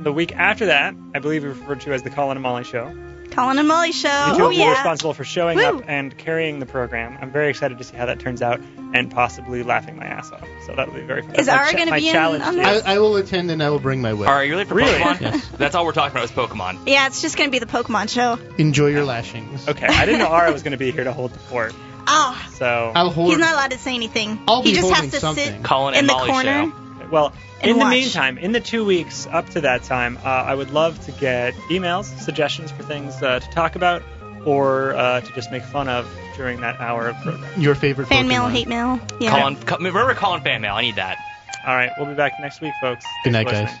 [SPEAKER 2] The week after that, I believe we referred to as the Colin and Molly Show.
[SPEAKER 4] Colin and Molly show.
[SPEAKER 2] You two
[SPEAKER 4] oh
[SPEAKER 2] are
[SPEAKER 4] yeah.
[SPEAKER 2] responsible for showing
[SPEAKER 4] Woo.
[SPEAKER 2] up and carrying the program. I'm very excited to see how that turns out and possibly laughing my ass off. So that'll be very fun.
[SPEAKER 4] Is
[SPEAKER 2] That's my
[SPEAKER 4] Ara
[SPEAKER 2] cha-
[SPEAKER 4] gonna
[SPEAKER 2] my
[SPEAKER 4] be in
[SPEAKER 2] challenge
[SPEAKER 4] on
[SPEAKER 2] to you.
[SPEAKER 4] this?
[SPEAKER 3] I, I will attend and I will bring my whip.
[SPEAKER 5] All right, you ready for
[SPEAKER 2] Really?
[SPEAKER 5] Pokemon?
[SPEAKER 3] Yes.
[SPEAKER 5] That's all we're talking about is Pokemon.
[SPEAKER 4] Yeah, it's just gonna be the Pokemon show.
[SPEAKER 3] Enjoy your lashings.
[SPEAKER 2] Okay, I didn't know Ara was going to be here to hold the fort.
[SPEAKER 4] Ah,
[SPEAKER 2] So,
[SPEAKER 3] I'll hold.
[SPEAKER 4] he's not allowed to say anything.
[SPEAKER 3] I'll
[SPEAKER 4] he
[SPEAKER 3] be
[SPEAKER 4] just
[SPEAKER 3] holding
[SPEAKER 4] has to
[SPEAKER 3] something.
[SPEAKER 4] sit
[SPEAKER 5] Colin
[SPEAKER 4] in
[SPEAKER 5] and
[SPEAKER 4] the
[SPEAKER 5] Molly
[SPEAKER 4] corner.
[SPEAKER 5] show.
[SPEAKER 2] well,
[SPEAKER 4] And
[SPEAKER 2] in the
[SPEAKER 4] watch.
[SPEAKER 2] meantime, in the two weeks up to that time, uh, I would love to get emails, suggestions for things uh, to talk about or uh, to just make fun of during that hour of program.
[SPEAKER 3] Your favorite
[SPEAKER 4] Fan
[SPEAKER 3] Pokemon.
[SPEAKER 4] mail, hate mail. Yeah.
[SPEAKER 5] Colin, co- remember Colin fan mail. I need that.
[SPEAKER 2] All right, we'll be back next week, folks. Thanks
[SPEAKER 3] Good night,
[SPEAKER 2] for
[SPEAKER 3] guys.
[SPEAKER 2] listening.